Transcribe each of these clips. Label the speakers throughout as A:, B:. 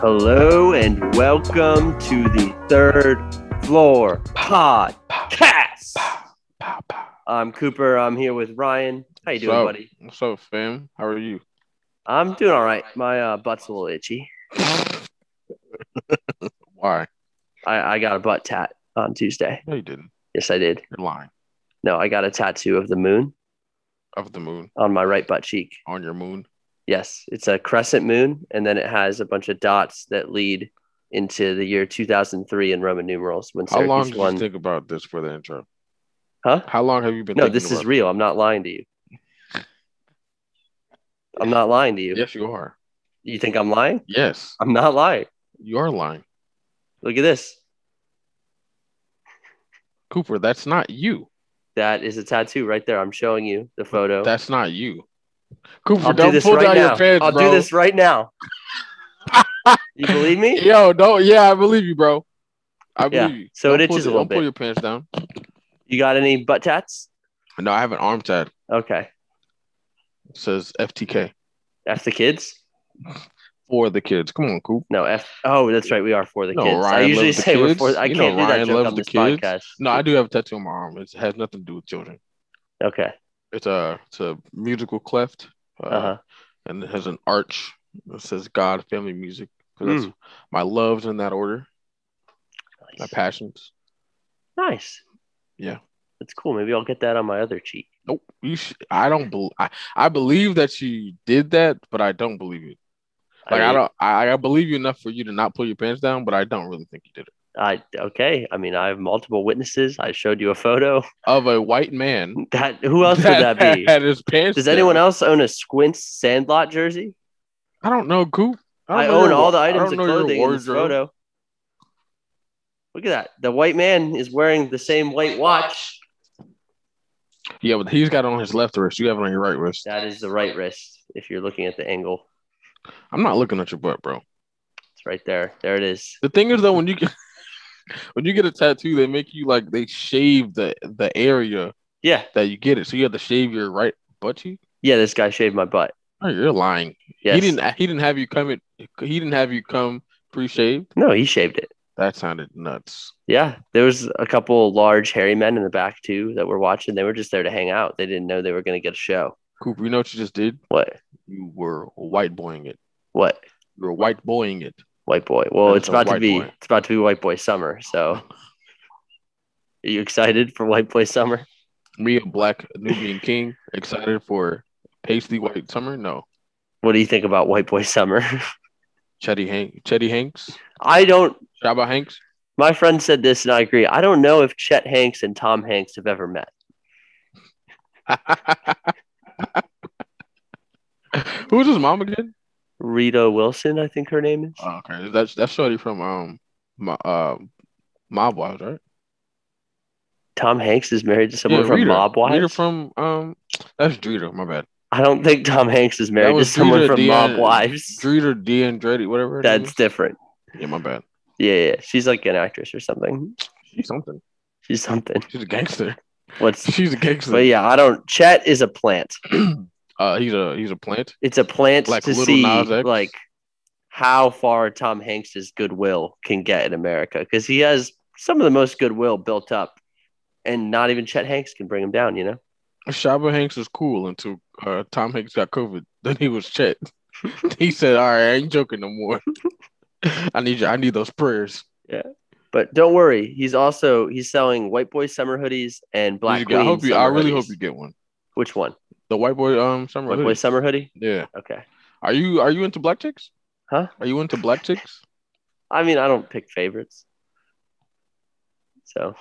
A: Hello and welcome to the Third Floor Podcast. I'm Cooper. I'm here with Ryan. How you doing,
B: Sup?
A: buddy?
B: What's up, fam? How are you?
A: I'm doing all right. My uh, butt's a little itchy.
B: Why?
A: I, I got a butt tat on Tuesday.
B: No, you didn't.
A: Yes, I did.
B: You're lying.
A: No, I got a tattoo of the moon
B: Up the moon,
A: on my right butt cheek.
B: on your moon.
A: Yes, it's a crescent moon, and then it has a bunch of dots that lead into the year 2003 in Roman numerals when
B: How long
A: Syracuse
B: did
A: won.
B: you think about this for the intro?
A: Huh?
B: How long have you been?
A: No,
B: thinking
A: this is
B: about
A: real. I'm not lying to you. I'm not lying to you.
B: it? Yes, you are.
A: You think I'm lying?
B: Yes,
A: I'm not lying.
B: you are lying,
A: Look at this.
B: Cooper. That's not you.
A: That is a tattoo right there. I'm showing you the photo.
B: That's not you, Cooper.
A: I'll
B: don't
A: do this
B: pull
A: right
B: down
A: now.
B: your pants,
A: I'll
B: bro.
A: do this right now. you believe me?
B: Yo, don't. Yeah, I believe you, bro. I
A: Yeah,
B: believe you.
A: so it
B: Don't pull
A: itches
B: the-
A: a little
B: Don't pull
A: bit.
B: your pants down.
A: You got any butt tats?
B: No, I have an arm tat.
A: Okay.
B: It says FTK
A: F the kids?
B: for the kids. Come on, Coop.
A: No, F. Oh, that's right. We are for the
B: No,
A: kids. I
B: Ryan
A: usually
B: loves the
A: say we're for.
B: kids.
A: I
B: You know
A: can't do that
B: Ryan
A: joke
B: loves
A: on
B: the
A: this
B: kids.
A: podcast.
B: No, I do have a tattoo on my arm. It has nothing to do with children.
A: Okay.
B: It's a it's a musical cleft, uh,
A: Uh huh.
B: and it has an arch that says God, family, music. 'Cause
A: Hmm.
B: that's my loves in that order, my
A: Nice.
B: passions.
A: nice.
B: Yeah.
A: That's cool. Maybe I'll get that on my other cheek.
B: Nope, you. Sh- I don't believe. I, I believe that you did that, but I don't believe it. Like I,
A: mean,
B: don't. I, I believe you enough for you to not pull your pants down, but I don't really think you did it.
A: I okay. I mean, I have multiple witnesses. I showed you a photo.
B: Of a white man.
A: That who else would that be?
B: Had his pants.
A: Does anyone
B: down.
A: else own a Squints Sandlot jersey?
B: I don't know, Coop.
A: I,
B: don't know
A: own
B: your
A: all the
B: wa- I
A: items
B: don't
A: of
B: know your
A: clothing in this
B: wardrobe.
A: photo. Look at that. The white man is wearing the same white watch.
B: Yeah, but he's got it on his left wrist. You have it on your right wrist.
A: That is the right wrist. If you're looking at the angle,
B: I'm not looking at your butt, bro.
A: it's right there. There it is.
B: The thing is though, when you get when you get a tattoo, they make you like they shave the the area
A: Yeah,
B: that you get it. So you have to shave your right butt cheek.
A: yeah. This guy shaved my butt.
B: Oh, you're lying.
A: Yes.
B: He didn't he didn't have you come it he didn't have you come pre-shaved.
A: No, he shaved it.
B: That sounded nuts.
A: Yeah, there was a couple large hairy men in the back too that were watching. They were just there to hang out. They didn't know they were going to get a show.
B: Cooper, you know what you just did?
A: What?
B: You were white boying it.
A: What?
B: You were white boying it.
A: White boy. Well,
B: That
A: it's
B: is a
A: about to
B: white
A: be
B: boy.
A: it's about to be white boy summer. So, are you excited for white boy summer?
B: Me, a black Nubian king, excited for pasty white summer? No.
A: What do you think about white boy summer?
B: Chetty Hank Chetty Hanks?
A: I don't.
B: Shabba Hanks?
A: My friend said this, and I agree. I don't know if Chet Hanks and Tom Hanks have ever met.
B: Who's his mom again?
A: Rita Wilson, I think her name is.
B: Oh, okay, that's that's shorty from um my uh Mob Wives, right?
A: Tom Hanks is married to someone
B: Yeah,
A: from
B: Rita.
A: Mob
B: Rita
A: Wives.
B: from um that's Drita. My bad.
A: I don't think Tom Hanks is married to
B: was
A: someone
B: Rita uh,
A: from Mob
B: Deanna-
A: Wives.
B: Drita D and Dreddy, whatever. her name
A: That's different.
B: is. yeah, my bad.
A: Yeah, yeah, yeah. she's like an actress or something.
B: She's something.
A: She's something.
B: She's a gangster.
A: What's?
B: She's a gangster.
A: But yeah, I don't. Chet is a plant.
B: uh, he's a he's a plant.
A: it's a plant
B: Like
A: to
B: Little
A: see
B: Nas X?
A: like how far Tom Hanks's goodwill can get in America because he has some of the most goodwill built up, and not even Chet Hanks can bring him down. You know,
B: Shabba Hanks is cool until uh, Tom Hanks got COVID. Then he was Chet. he said, "All right, I ain't joking no more. I need you. I need those prayers."
A: but don't worry, he's also he's selling white boy summer hoodies and black.
B: You get- I
A: Queen
B: hope you. I
A: summer
B: really
A: hoodies.
B: hope you get one.
A: Which one?
B: The white boy um summer.
A: White boy
B: hoodie.
A: summer hoodie.
B: Yeah.
A: Okay.
B: Are you are you into black chicks?
A: Huh?
B: Are you into black chicks?
A: I mean, I don't pick favorites, so.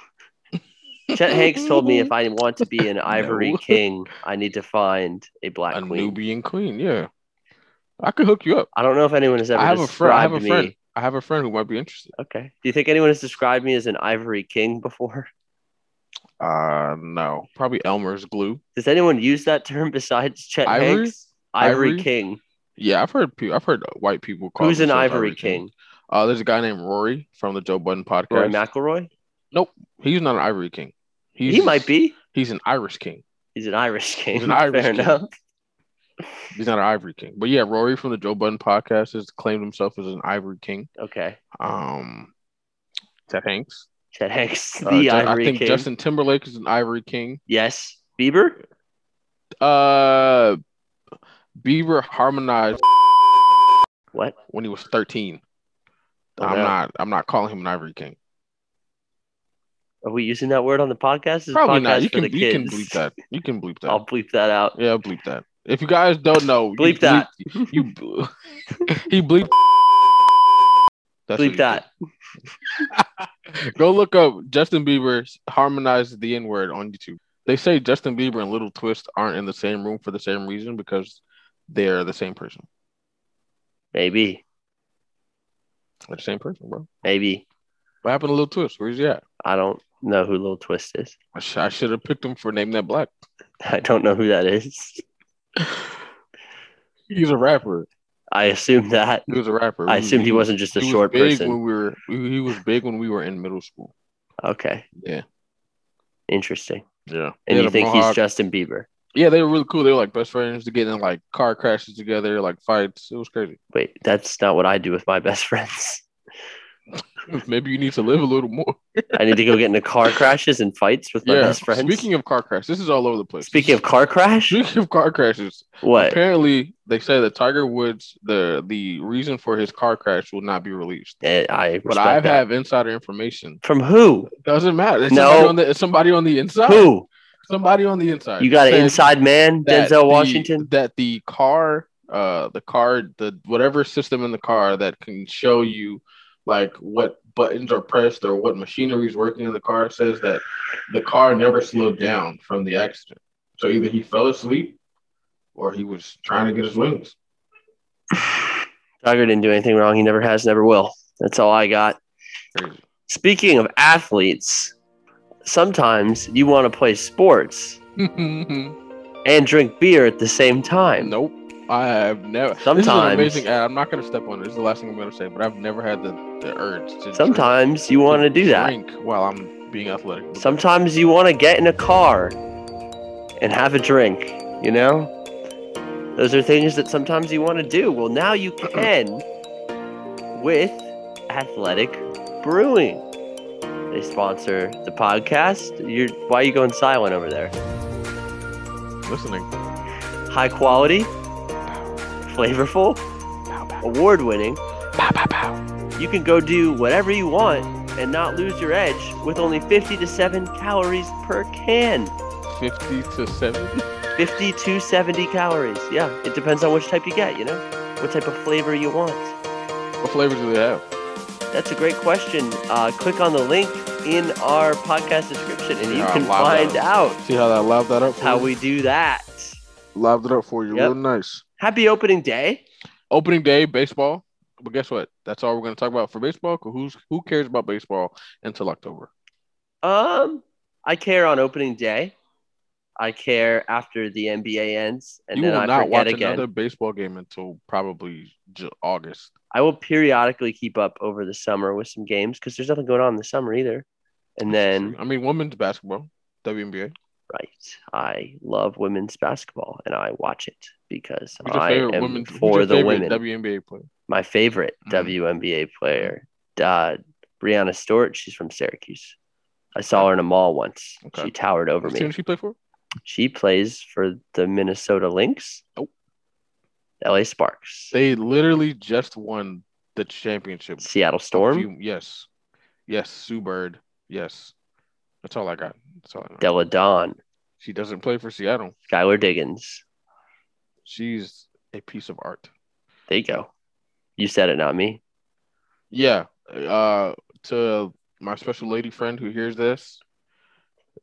A: Chet Hanks told me if I want to be an Ivory
B: No.
A: King, I need to find a black
B: A
A: queen.
B: Nubian queen, yeah. I could hook you up.
A: I don't know if anyone has ever
B: I have a friend.
A: described
B: I have a friend.
A: me.
B: I have a friend who might be interested.
A: Okay. Do you think anyone has described me as an ivory king before?
B: Uh no. Probably Elmer's glue.
A: Does anyone use that term besides Chet
B: Ivory?
A: Hanks? Ivory,
B: Ivory?
A: King.
B: Yeah, I've heard people I've heard white people call
A: Who's an
B: themselves
A: ivory, king?
B: Uh there's a guy named Rory from the Joe Budden podcast.
A: Rory McIlroy?
B: He's not an ivory king. He's
A: He might be.
B: he's an Irish king.
A: He's an Irish king.
B: an Irish
A: Fair
B: king.
A: enough.
B: He's not an Ivory King, but yeah, Rory from the Joe Budden podcast has claimed himself as an Ivory King.
A: Okay.
B: Um, Ted Hanks.
A: Ted Hanks,
B: Uh,
A: the
B: Ju-
A: Ivory
B: I think
A: King.
B: Justin Timberlake is an Ivory King.
A: Yes. Bieber?
B: Uh, Bieber harmonized
A: What?
B: when he was thirteen.
A: Oh,
B: I'm
A: no.
B: not. I'm not calling him an Ivory King.
A: Are we using that word on the podcast? This is
B: Probably
A: podcast
B: not. You
A: for
B: can.
A: the
B: You can
A: kids.
B: bleep that. You can bleep that.
A: I'll bleep that out.
B: Yeah, bleep that. If you guys don't know, you
A: Bleep that.
B: You ble- he bleeped. That's what
A: bleep
B: he
A: that.
B: did. Go look up Justin Bieber harmonized the N word on YouTube. They say Justin Bieber and Little Twist aren't in the same room for the same reason because they're the same person.
A: Maybe.
B: They're the same person, bro.
A: Maybe.
B: What happened to Little Twist? Where's he at?
A: I don't know who Lil Twist is.
B: I, sh- I should have picked him for Name That Black.
A: I don't know who that is.
B: He's a rapper.
A: I assume that.
B: He was a rapper.
A: I assumed he wasn't just a
B: he was
A: short
B: big
A: person.
B: When we were, he was big when we were in middle school.
A: Okay.
B: Yeah.
A: Interesting.
B: Yeah.
A: And
B: He had
A: you
B: a
A: think
B: mohawk.
A: he's Justin Bieber?
B: Yeah, they were really cool. They were like best friends to get in like car crashes together, like fights. It was crazy.
A: Wait, that's not what I do with my best friends.
B: Maybe you need to live a little more.
A: I need to go get into car crashes and fights with my
B: yeah.
A: best friends.
B: Speaking of car crashes, this is all over the place.
A: Speaking of car crash,
B: speaking of car crashes,
A: what?
B: apparently they say that Tiger Woods the the reason for his car crash will not be released.
A: Eh, I respect
B: But I
A: that.
B: have insider information.
A: From who?
B: Doesn't matter. It's
A: No.
B: somebody on the it's somebody on the inside.
A: Who?
B: Somebody on the inside.
A: You got an
B: said
A: inside man,
B: that
A: Denzel
B: the-
A: Washington?
B: That the car, uh, the car, the whatever system in the car that can show you like what buttons are pressed or what machinery is working in the car says that the car never slowed down from the accident. So either he fell asleep or he was trying to get his wings.
A: Tiger didn't do anything wrong. He never has, never will. That's all I got.
B: Crazy.
A: Speaking of athletes, sometimes you want to play sports and drink beer at the same time.
B: nope. I have never. This is an
A: Sometimes-
B: amazing ad. I'm not going to step on it. This is the last thing I'm going to say, but I've never had the, the urge to drink-
A: Sometimes you want to do that.
B: drink while I'm being athletic.
A: Sometimes you want to get in a car and have a drink, you know? Those are things that sometimes you want to do. Well, now you can with Athletic Brewing. They sponsor the podcast. You're, why are you going silent over there?
B: Listening.
A: High quality, flavorful, award winning. You can go do whatever you want and not lose your edge with only 50 to 7 calories per can.
B: 50 to 70.
A: 50 to 70 calories. Yeah, it depends on which type you get, you know? What type of flavor you want.
B: What flavors do they have?
A: That's a great question. Uh, click on the link in our podcast description and you
B: Yeah, I
A: can
B: love
A: find
B: that.
A: out
B: See how that lobbed that up for
A: how
B: you?
A: we do that.
B: lobbed it up for you.
A: Yep.
B: Real nice.
A: Happy opening day.
B: Opening day, baseball. But guess what? That's all we're going to talk about for baseball. 'cause Who's who cares about baseball until October?
A: Um, I care on opening day. I care after the NBA ends, and
B: you
A: then
B: will
A: I
B: not
A: forget
B: watch
A: again.
B: another baseball game until probably J- August.
A: I will periodically keep up over the summer with some games because there's nothing going on in the summer either. And then,
B: I mean, women's basketball, WNBA.
A: right, I love women's basketball, and I watch it because
B: Who's your
A: I
B: favorite
A: am
B: women? Who's
A: for
B: your
A: the
B: favorite
A: women.
B: WNBA player?
A: My favorite
B: Mhm.
A: WNBA player, uh, Brianna Stewart. She's from Syracuse. I saw her in a mall once.
B: Okay.
A: She towered over
B: What
A: me.
B: team does she play for?
A: She plays for the Minnesota Lynx.
B: Oh.
A: LA Sparks.
B: They literally just won the championship.
A: Seattle Storm.
B: You- yes. Yes. Sue Bird. Yes. That's all I got. That's all I know.
A: Della Don.
B: She doesn't play for Seattle.
A: Skylar Diggins.
B: She's a piece of art.
A: There you go. You said it, not me.
B: Yeah. Uh, to my special lady friend who hears this,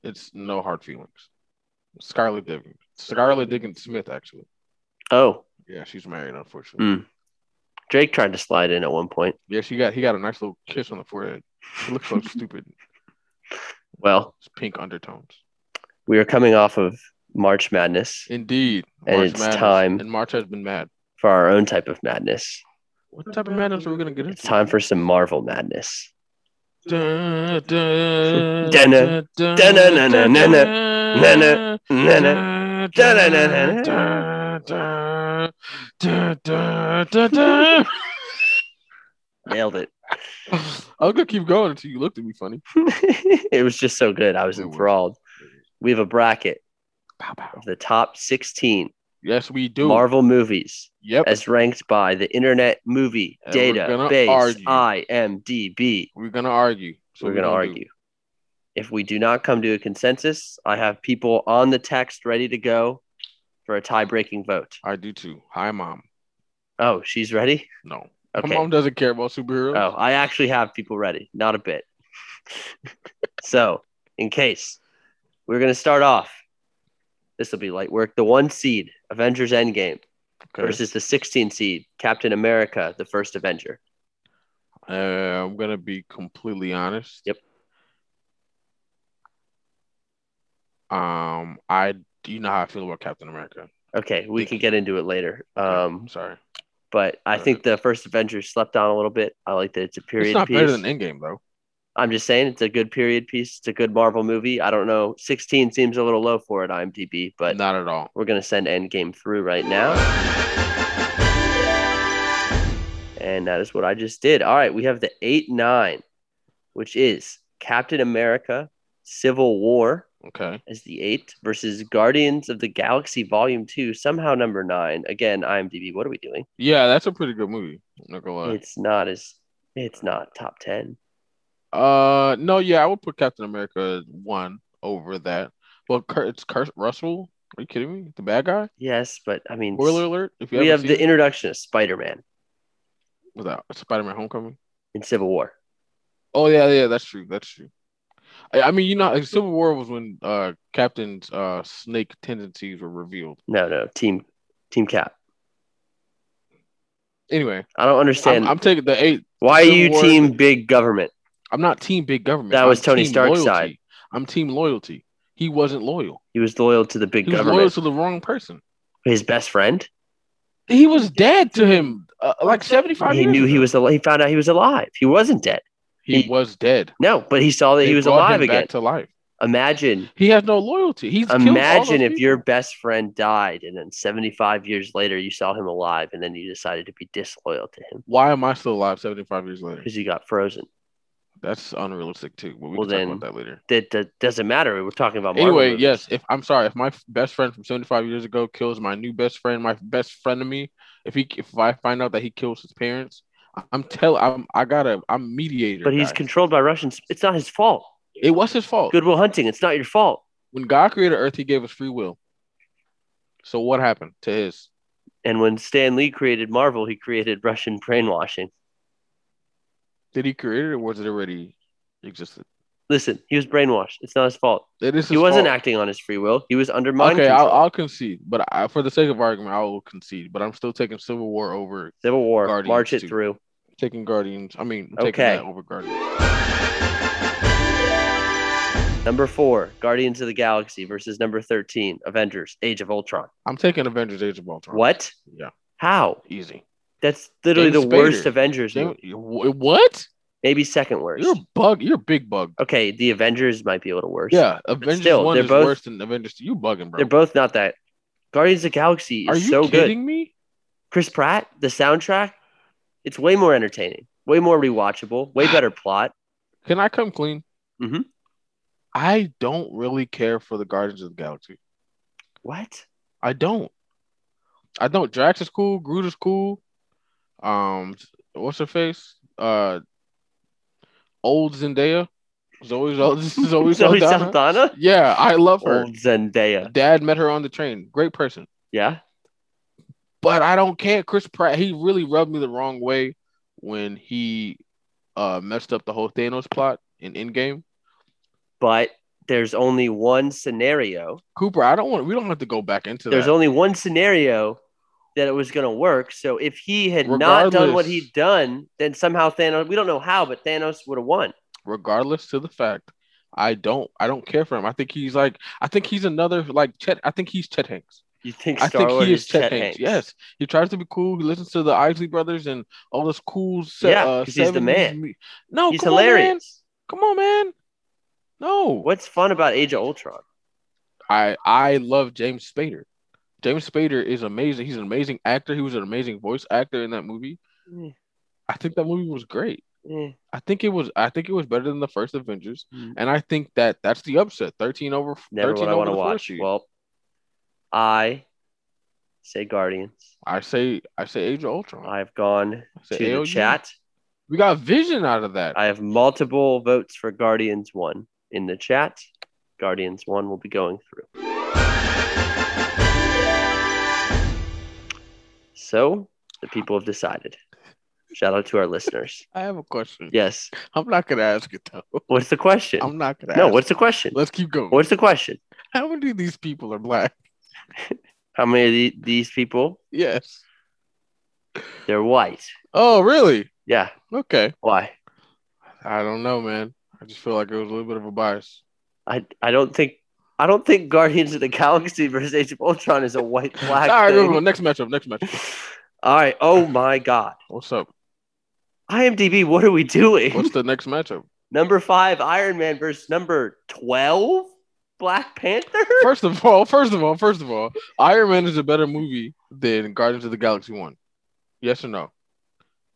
B: it's no hard feelings. Scarlett Diggins. Scarlett Diggins Smith, actually.
A: Oh,
B: Yeah, she's married, unfortunately.
A: Mm. Drake tried to slide in at one point.
B: Yeah, she got he got a nice little kiss on the forehead. She looks so stupid.
A: Well,
B: It's pink undertones.
A: we are coming off of March Madness
B: Indeed.
A: And it's time.
B: And March has been mad.
A: for our own type of madness.
B: What type of madness are we gonna get
A: It's
B: into?
A: time for some Marvel madness.
B: Dun, dun,
A: Dunna.
B: dun,
A: Dunna, na, na, na, na.
B: dun,
A: Na-na,
B: dun,
A: na-na.
B: dun,
A: Dun, dun, dun, dun,
B: dun, dun, dun, dun, dun, dun.
A: Nailed it.
B: I was gonna keep going until you looked at me funny.
A: it was just so good. I was
B: It was.
A: enthralled. We have a bracket
B: Pow, pow.
A: of the top 16
B: Yes, we do.
A: Marvel movies
B: yep.
A: as ranked by the Internet Movie
B: And we're
A: Data
B: gonna
A: Base
B: argue.
A: IMDb.
B: We're gonna argue. So
A: we're going to
B: gonna do-
A: argue. If we do not come to a consensus, I have people on the text ready to go for a tie breaking vote.
B: I do too. Hi, mom.
A: Oh, she's ready?
B: No, my
A: Okay.
B: mom doesn't care about superheroes.
A: Oh, I actually have people ready. Not a bit. so, in case we're going to start off, this will be light work. The one seed, Avengers Endgame,
B: Okay.
A: versus the 16 seed, Captain America, the first Avenger.
B: Uh, I'm gonna be completely honest.
A: Yep.
B: Um, I do you know how I feel about Captain America?
A: Okay, we
B: Thank
A: can
B: you.
A: get into it later.
B: I'm
A: Um,
B: sorry.
A: but I
B: Alright.
A: think the first Avengers slept on a little bit. I like that it's a period
B: It's not
A: piece.
B: better than Endgame though.
A: I'm just saying it's a good period piece. It's a good Marvel movie. I don't know. 16 seems a little low for it, IMDb, but
B: not at all.
A: we're going to send Endgame through right now. And that is what I just did. All right, we have the 8 9, which is Captain America Civil War
B: Okay.
A: as the 8 versus Guardians of the Galaxy Volume 2, somehow number 9. Again, IMDb, what are we doing?
B: Yeah, that's a pretty good movie. I'm not gonna lie.
A: It's not as, it's not top 10.
B: Uh, no, yeah, I would put Captain America one over that. Well, Kurt, it's Kurt Russell. Are you kidding me? The bad guy.
A: Yes, but I mean,
B: Spoiler alert! If you
A: we
B: haven't
A: have the
B: seen it,
A: introduction of Spider Man
B: was that Spider-Man: Homecoming?
A: in Civil War.
B: Oh yeah, yeah, that's true. That's true. I, I mean, you know, like, Civil War was when uh Captain's uh snake tendencies were revealed.
A: No, no, Team Team Cap.
B: Anyway,
A: I don't understand.
B: I'm, I'm taking the eight.
A: Why are
B: Civil
A: you
B: War-
A: team big government?
B: I'm not team big government.
A: That
B: I'm
A: was Tony
B: team
A: Stark's
B: loyalty.
A: side.
B: I'm team loyalty. He wasn't loyal.
A: He was loyal to the big
B: He was
A: government.
B: loyal to the wrong person.
A: His best friend.
B: He was dead to him, uh, like 75
A: He
B: years
A: knew
B: ago.
A: he was. Al- he found out he was alive. He wasn't dead.
B: He
A: he-
B: was dead.
A: No, but he saw that
B: They
A: he was
B: brought
A: alive
B: him
A: again.
B: Back to life.
A: Imagine,
B: He has no loyalty. He's killed all
A: imagine
B: those
A: if your
B: people.
A: best friend died, and then seventy-five years later you saw him alive, and then you decided to be disloyal to him
B: Why am I still alive 75 years later?
A: because you got frozen.
B: That's unrealistic too. But we
A: Well,
B: can
A: then-
B: talk about that later.
A: That, that doesn't matter. We're talking about Marvel
B: Anyway,
A: movies.
B: yes. If I'm sorry, if my f- best friend from 75 years ago kills my new best friend, my best friend of me, if he if I find out that he kills his parents, I- I'm tell I'm I gotta I'm mediator.
A: But he's
B: guys.
A: controlled by Russians. It's not his fault.
B: it was his fault.
A: Goodwill Hunting. It's not your fault.
B: When God created Earth, He gave us free will. So what happened to his?
A: And when Stan Lee created Marvel, he created Russian brainwashing.
B: Did he create it or was it already existed?
A: Listen, he was brainwashed. It's not his fault.
B: It is
A: He
B: his
A: wasn't
B: fault.
A: acting on his free will. He was under mind
B: okay, I'll,
A: control.
B: I'll concede, but I, for the sake of argument, I will concede. But I'm still taking Civil War over
A: Civil War,
B: Guardians
A: march it
B: too.
A: through.
B: taking Guardians. I mean, I'm taking
A: Okay.
B: that over Guardians.
A: Number four, Guardians of the Galaxy versus number 13, Avengers, Age of Ultron.
B: I'm taking Avengers: Age of Ultron.
A: What?
B: Yeah,
A: How?
B: easy.
A: That's literally
B: James
A: the worst
B: Spader.
A: Avengers
B: Damn
A: movie.
B: it. You- wh- what?
A: Maybe second worst.
B: You're a bug. You're a big bug.
A: Okay, the Avengers might be a little worse.
B: Yeah, Avengers
A: still,
B: One
A: they're
B: is
A: both-
B: worse than Avengers Two. You bugging, bro?
A: They're both not that. Guardians of the Galaxy is
B: Are you
A: so good.
B: kidding me?
A: Chris Pratt, the soundtrack, it's way more entertaining, way more rewatchable, way better plot.
B: Can I come clean?
A: Mhm.
B: I don't really care for the Guardians of the Galaxy.
A: What?
B: I don't. I don't. Drax is cool. Groot is cool. Um, what's her face? Uh, old Zendaya. Zoe Zo-
A: Zoe
B: Zoe Saldana.
A: Saldana?
B: Yeah, I love her.
A: Old Zendaya.
B: Dad met her on the train. Great person.
A: Yeah.
B: But I don't care. Chris Pratt. He really rubbed me the wrong way when he uh messed up the whole Thanos plot in Endgame.
A: But there's only one scenario.
B: Cooper, I don't want. We don't have to go back into
A: There's
B: that.
A: only one scenario that it was going to work. So if he had not done what
B: Regardless.
A: he'd done, then somehow Thanos, we don't know how, but Thanos would have won.
B: regardless to the fact I don't I don't care for him. I think he's like I think he's another like Chet. I think he's Chet Hanks.
A: You think
B: I
A: Star
B: think
A: Wars
B: he is
A: is
B: Chet,
A: Chet
B: Hanks.
A: Hanks?
B: Yes, he tries to be cool. He listens to the Isley Brothers and all this cool. Se-
A: Yeah,
B: uh,
A: 'cause he's the
B: 70s
A: man.
B: mu- no,
A: He's
B: Oh, come
A: hilarious.
B: On, man. Come on, man. No,
A: What's fun about Age of Ultron?
B: I I love James Spader. James Spader is amazing. He's an amazing actor. He was an amazing voice actor in that movie.
A: Mm,
B: I think that movie was great.
A: mm.
B: I think it was. I think it was better than the first Avengers,
A: Mm.
B: and I think that that's the upset. Thirteen over.
A: Never
B: 13
A: what I
B: over
A: want to
B: the fourth
A: watch.
B: seed.
A: Well, I say Guardians.
B: I say I say Age of Ultron. I
A: I've gone
B: say
A: to the
B: AOU.
A: chat.
B: We got Vision out of that.
A: I have multiple votes for Guardians 1 in the chat. Guardians 1 will be going through. So the people have decided. Shout out to our listeners.
B: I have a question.
A: Yes.
B: I'm not gonna ask it though.
A: What's the question?
B: I'm not gonna.
A: No,
B: ask
A: what's
B: it.
A: the question?
B: Let's keep going.
A: What's the question?
B: How many of these people are black?
A: How many of the- these people?
B: Yes.
A: They're white.
B: Oh, really?
A: Yeah.
B: Okay.
A: Why?
B: I don't know, man. I just feel like it was a little bit of a bias.
A: I, I don't think I don't think Guardians of the Galaxy versus Age of Ultron is a white black.
B: All right,
A: thing.
B: go, go. next matchup. Next matchup.
A: All right. Oh my God.
B: What's up?
A: IMDb, what are we doing?
B: What's the next matchup?
A: number five, Iron Man versus number 12, Black Panther?
B: First of all, first of all, first of all, Iron Man is a better movie than Guardians of the Galaxy One. Yes or no?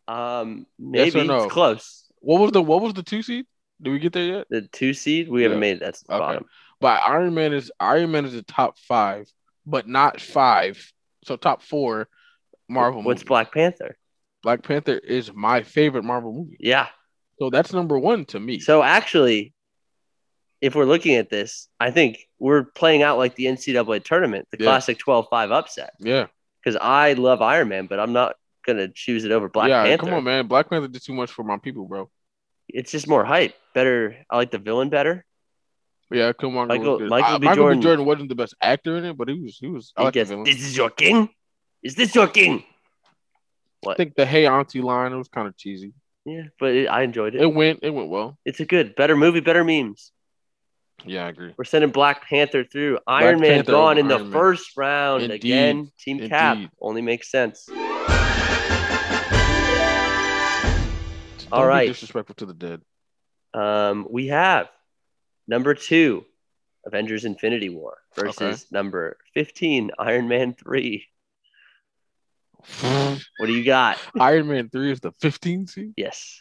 A: Um,
B: Yes
A: maybe
B: or no?
A: it's close.
B: What was the what was the two seed? Did we get there yet?
A: The two seed, we haven't
B: Yeah.
A: made it. That's the
B: Okay.
A: bottom.
B: But Iron Man is Iron Man is the top five, but not five. So top four Marvel
A: What's
B: movies.
A: Black Panther?
B: Black Panther is my favorite Marvel movie.
A: Yeah.
B: So that's number one to me.
A: So actually, if we're looking at this, I think we're playing out like the NCAA tournament, the
B: Yeah.
A: classic 12 5 upset.
B: yeah.
A: Because I love Iron Man, but I'm not going to choose it over Black
B: yeah,
A: Panther.
B: come on, man. Black Panther did too much for my people, bro.
A: It's just more hype. Better. I like the villain better.
B: Yeah, come on.
A: Michael-
B: was good.
A: Michael
B: Uh,
A: B.
B: Michael
A: Jordan-
B: B. Jordan wasn't the best actor in it, but he was he was I
A: I
B: like the
A: guess,
B: villain.
A: this is your king? Is this your king?
B: I think the hey auntie line it was kind of cheesy.
A: Yeah, but it, I enjoyed it.
B: It went it went well.
A: It's a good, better movie, better memes.
B: Yeah, I agree.
A: We're sending Black Panther through. Iron Man
B: Panther
A: gone
B: over
A: in the
B: Iron Man.
A: first round
B: Indeed.
A: again. Team Cap
B: Indeed.
A: only makes sense.
B: Don't
A: All
B: be
A: right.
B: disrespectful to the dead.
A: Um, we have number two, Avengers: Infinity War versus
B: Okay.
A: number fifteen, Iron Man three. What do you got?
B: Iron Man three is the 15 seed.
A: yes,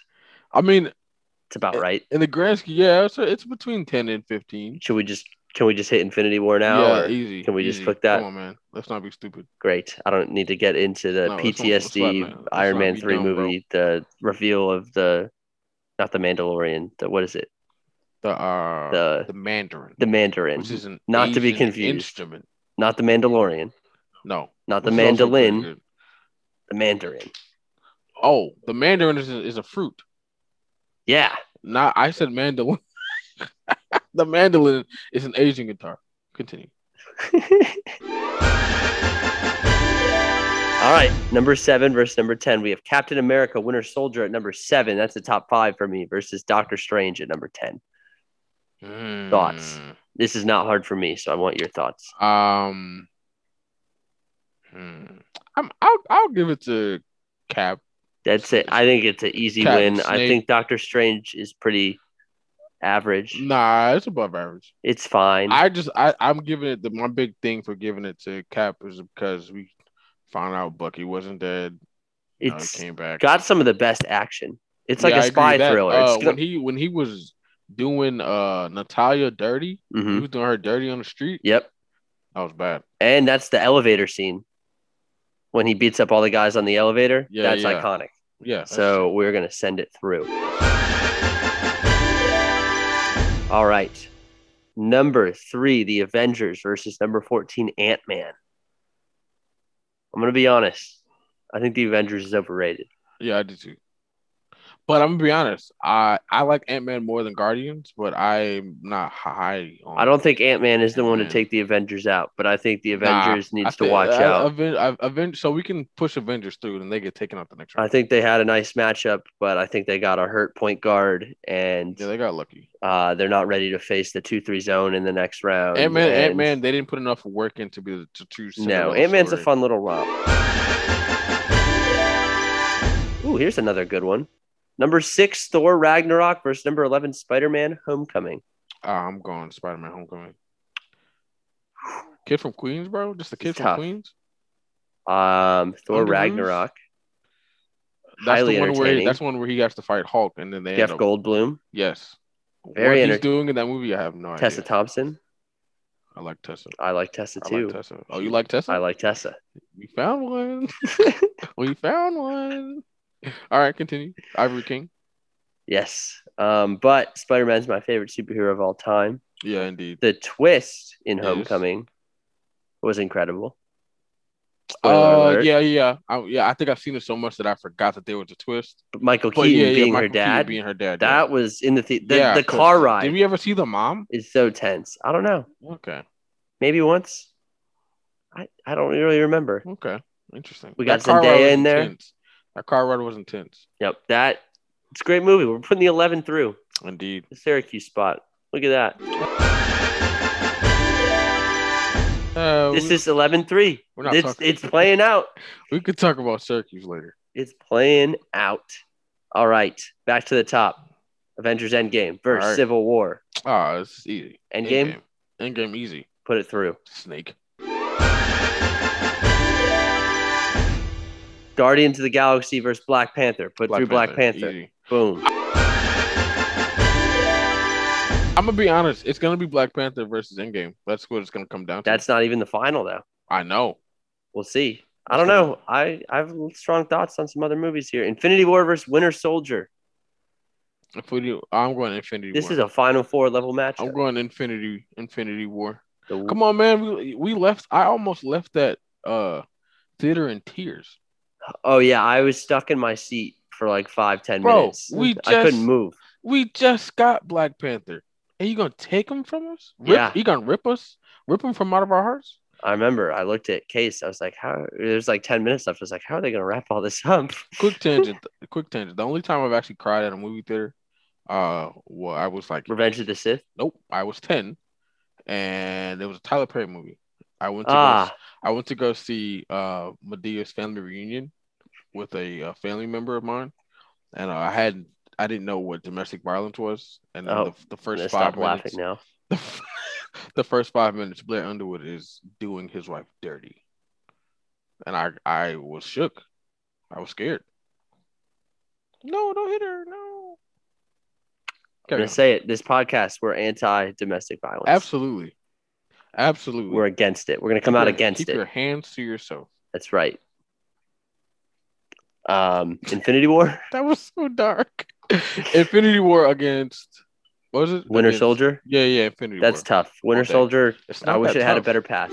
B: I mean,
A: it's about right.
B: in the grand scheme, yeah, it's, it's between 10 and 15.
A: Should we just can we just hit Infinity War now?
B: yeah,
A: or-
B: easy.
A: can we just
B: easy.
A: click that?
B: Come on, man. Let's not be stupid.
A: great. I don't need to get into the
B: No, let's not- let's not,
A: PTSD
B: man. Let's
A: Iron
B: not
A: Man
B: be
A: 3
B: dumb, bro.
A: movie, the reveal of the not the Mandalorian, the what is it?
B: The uh, the,
A: The
B: Mandarin,
A: the Mandarin.
B: which is an
A: not to be
B: Asian
A: confused.
B: instrument.
A: Not the Mandalorian,
B: No,
A: not the
B: which is also pretty
A: mandolin,
B: good.
A: the Mandarin.
B: Oh, the Mandarin is a, is a fruit.
A: Yeah.
B: Not I said mandolin. the mandolin is an Asian guitar. Continue.
A: All right, number 7 versus number 10. We have Captain America Winter Soldier at number 7. That's the top 5 for me versus Doctor Strange at number 10. Hmm. Thoughts?
B: Mm,
A: This is not hard for me, so I want your thoughts.
B: Um, hmm. I'm, I'll I'll give it to Cap.
A: That's it. I think it's an easy
B: Captain
A: win. I
B: Snake.
A: think Doctor Strange is pretty average.
B: Nah, it's above average.
A: It's fine.
B: Mm. I just I I'm giving it the my big thing for giving it to Cap is because we found out Bucky wasn't dead. You know, he
A: it's
B: came back.
A: got some of the best action. It's
B: Yeah,
A: like
B: I
A: a
B: agree
A: spy
B: with that.
A: thriller.
B: Uh,
A: It's
B: when
A: gonna-
B: he when he was doing uh Natalia dirty, he
A: Mhm.
B: was doing her dirty on the street.
A: Yep.
B: That was bad.
A: And that's the elevator scene when he beats up all the guys on the elevator.
B: Yeah,
A: that's
B: yeah.
A: iconic.
B: Yeah. that's-
A: So we're going to send it through. All right. Number three, The Avengers versus number 14, Ant Man. I'm going to be honest. I think The Avengers is overrated.
B: yeah, I did too. But I'm gonna be honest. I I like Ant Man more than Guardians, but I'm not high on.
A: I don't think Ant Man is the one to
B: Ant-Man.
A: take the Avengers out, but I think the
B: Nah,
A: Avengers
B: I
A: needs to
B: thi-
A: watch
B: I-
A: out.
B: Aven- I- Aven- so we can push Avengers through, and they get taken out the next
A: I
B: round.
A: think they had a nice matchup, but I think they got a hurt point guard, and
B: Yeah, they got lucky.
A: uh, they're not ready to face the two-three zone in the next round.
B: Ant Man,
A: Oh, and-
B: Ant Man, they didn't put enough work in to be the- to choose.
A: No, Ant Man's a fun little romp. Ooh, here's another good one. Number six, Thor Ragnarok versus number eleven,
B: Ah,
A: Spider Man Homecoming.
B: Uh, I'm going Spider Man Homecoming. Kid from Queens, bro. Just a kid
A: It's
B: from
A: tough.
B: Queens.
A: Um, Thor
B: Underoos?
A: Ragnarok,
B: That's
A: Highly
B: the one where
A: entertaining.
B: that's one where he has to fight Hulk, and then they
A: Jeff
B: end up,
A: Goldblum,
B: Yes.
A: Very
B: what
A: enter-
B: he's doing in that movie, I have no
A: Tessa
B: idea.
A: Thompson.
B: I like Tessa.
A: I like Tessa
B: I
A: too.
B: like Tessa. Oh, you like Tessa?
A: I like Tessa.
B: We found one. we found one. All right, continue. Ivory King.
A: Yes. Um, but Spider Man's my favorite superhero of all time.
B: Yeah, indeed.
A: The twist in
B: Yes.
A: Homecoming was incredible. Spoiler
B: Uh,
A: alert.
B: yeah, yeah, I, yeah. I think I've seen it so much that I forgot that there was a twist.
A: But Michael
B: But
A: Keaton
B: yeah, yeah,
A: being
B: Michael
A: her
B: Keaton
A: dad.
B: being her dad. yeah.
A: that was in the, the, the,
B: Yeah,
A: the
B: 'cause
A: car
B: Did
A: ride
B: we ever see the mom?
A: is so tense. I don't know.
B: Okay,
A: Maybe once. I, I don't really remember.
B: okay, interesting.
A: We got
B: That car ride
A: Zendaya
B: was
A: in there.
B: Intense. That car ride was intense,
A: Yep. That it's a great movie. We're putting the eleven through.
B: indeed.
A: The Syracuse spot. Look at that.
B: Uh,
A: This
B: we,
A: is 11-3.
B: We're not
A: It's,
B: talking-
A: it's playing out.
B: we could talk about Syracuse later.
A: It's playing out. All right. Back to the top. Avengers Endgame versus
B: All right.
A: Civil War.
B: Ah, it's easy.
A: Endgame,
B: Endgame. Endgame easy.
A: put it through.
B: Snake.
A: Guardians of the Galaxy versus Black Panther. Put through Black Panther.
B: Easy.
A: Boom.
B: I'm gonna be honest. It's gonna be Black Panther versus Endgame. That's what it's gonna come down to.
A: That's not even the final though.
B: I know.
A: We'll see. I
B: That's
A: don't
B: gonna-
A: know. I, I have strong thoughts on some other movies here. Infinity War versus Winter Soldier.
B: If we do, I'm going Infinity
A: This
B: War.
A: is a Final Four level
B: I'm
A: matchup.
B: going Infinity Infinity War.
A: The-
B: Come on, man. We, we left. I almost left that uh theater in tears.
A: Oh yeah, I was stuck in my seat for like five, ten
B: Bro,
A: minutes.
B: we
A: I
B: just-
A: couldn't move.
B: We just got Black Panther, and you gonna take him from us? Rip,
A: Yeah.
B: You gonna rip us? Rip him from out of our hearts?
A: I remember I looked at Case. I was like, "How?" There's like ten minutes left. I was like, "How are they gonna wrap all this up?"
B: Quick tangent. quick tangent. The only time I've actually cried at a movie theater, uh, well, I was like
A: Revenge of the Sith.
B: Nope, I was ten, and it was a Tyler Perry movie. I went to go,
A: Ah,
B: I went to go see uh Medea's family reunion with a, uh family member of mine, and uh, I had I didn't know what domestic violence was, and then
A: Oh,
B: the, the
A: I'm
B: first
A: gonna
B: five
A: stop
B: minutes,
A: laughing now.
B: the, f- the first five minutes, Blair Underwood is doing his wife dirty, and I I was shook, I was scared. No, don't hit her. No.
A: I'm
B: Carry
A: gonna
B: on.
A: say it. This podcast, we're anti-domestic violence.
B: Absolutely. Absolutely.
A: we're against it. We're gonna come
B: Keep
A: out
B: your-
A: against
B: keep
A: it.
B: your hands to yourself.
A: That's right. Um, Infinity War,
B: That was so dark. Infinity War against what was it?
A: Winter
B: Against-
A: Soldier.
B: Yeah, yeah, Infinity
A: That's
B: War.
A: tough. Winter
B: Okay.
A: Soldier.
B: It's
A: I
B: not
A: wish it
B: that
A: had a
B: tough.
A: better path.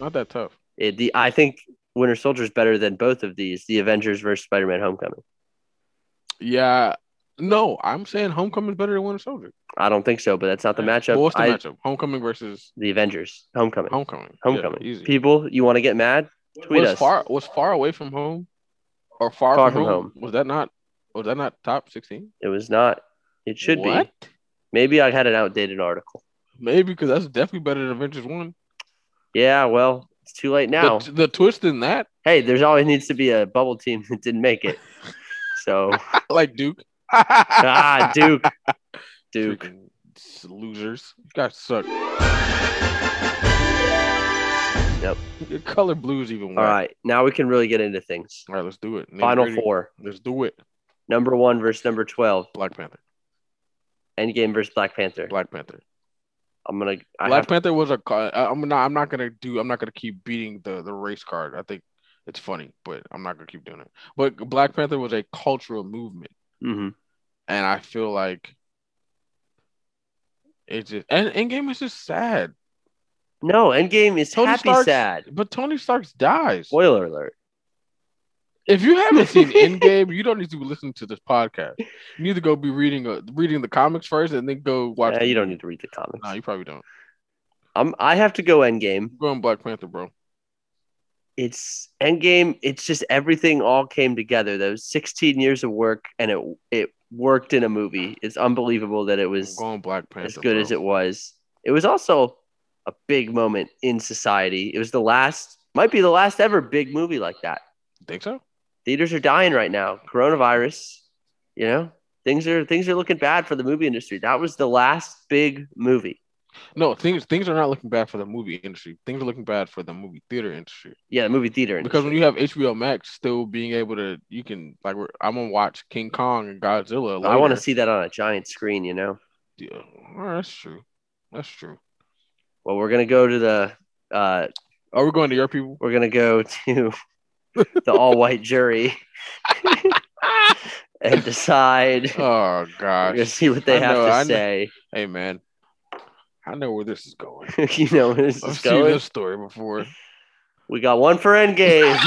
B: Not that tough.
A: It, the I think Winter Soldier is better than both of these: the Avengers versus Spider-Man: Homecoming.
B: Yeah. No, I'm saying Homecoming is better than Winter Soldier.
A: I don't think so, but that's not the
B: Yeah.
A: matchup.
B: Well, what's the
A: I-
B: matchup? Homecoming versus
A: The Avengers: Homecoming.
B: Homecoming. Yeah,
A: Homecoming.
B: easy.
A: People, you want to get mad? Tweet
B: was
A: us.
B: far was far away from home, or far,
A: Far
B: from,
A: From
B: home. Was that not? Was that not top sixteen?
A: It was not. It should
B: what?
A: be. Maybe I had an outdated article.
B: Maybe because that's definitely better than Avengers One.
A: Yeah, well, it's too late now.
B: the, the twist in that,
A: hey, there's always needs to be a bubble team that didn't make it. So
B: like Duke.
A: ah, Duke, Duke.
B: Freaking s- losers. You guys suck.
A: Yep.
B: Your color blues even
A: All
B: whack.
A: right, now we can really get into things.
B: All right, let's do it. Nitty
A: Final
B: gritty.
A: four:
B: Let's do it.
A: number one versus number twelve.
B: Black Panther.
A: Endgame versus Black Panther.
B: Black Panther.
A: I'm gonna. I
B: Black
A: have-
B: Panther was a car. I- I'm not. I'm not gonna do. I'm not gonna keep beating the the race card. I think it's funny, but I'm not gonna keep doing it. But Black Panther was a cultural movement,
A: Mhm.
B: and I feel like it just and Endgame is just sad.
A: No, Endgame is
B: Tony
A: happy
B: Stark's-
A: sad.
B: But Tony Stark's dies.
A: Spoiler alert.
B: If you haven't seen Endgame, you don't need to be listening to this podcast. You need to go be reading uh, reading the comics first, and then go watch.
A: Yeah, you don't need to read the comics.
B: No, you probably don't.
A: I'm, I have to go Endgame.
B: I'm going Black Panther, bro.
A: It's Endgame. It's just everything all came together. Those 16 years of work, and it it worked in a movie. It's unbelievable that it
B: I'm
A: was
B: going Black Panther.
A: as good
B: bro.
A: as it was. It was also a big moment in society. It was the last, might be the last ever big movie like that.
B: Think so?
A: Theaters are dying right now. Coronavirus, you know, Things are things are looking bad for the movie industry. That was the last big movie.
B: No, things things are not looking bad for the movie industry. Things are looking bad for the movie theater industry.
A: Yeah, the movie theater. Industry.
B: Because when you have HBO Max still being able to, you can like we're, I'm gonna watch King Kong and Godzilla.
A: I want to
B: later.
A: see that on a giant screen. You know.
B: Yeah, all right, that's true. That's true.
A: Well, we're gonna go to the uh,
B: Are we going to your people?
A: we're gonna go to the all white jury and decide.
B: Oh
A: We're gonna
B: gosh.
A: see what they
B: I
A: have
B: know,
A: to
B: I know.
A: say.
B: Hey man, I know where this is going.
A: you know where this
B: I've
A: is
B: seen
A: going.
B: this story before.
A: We got one for Endgame.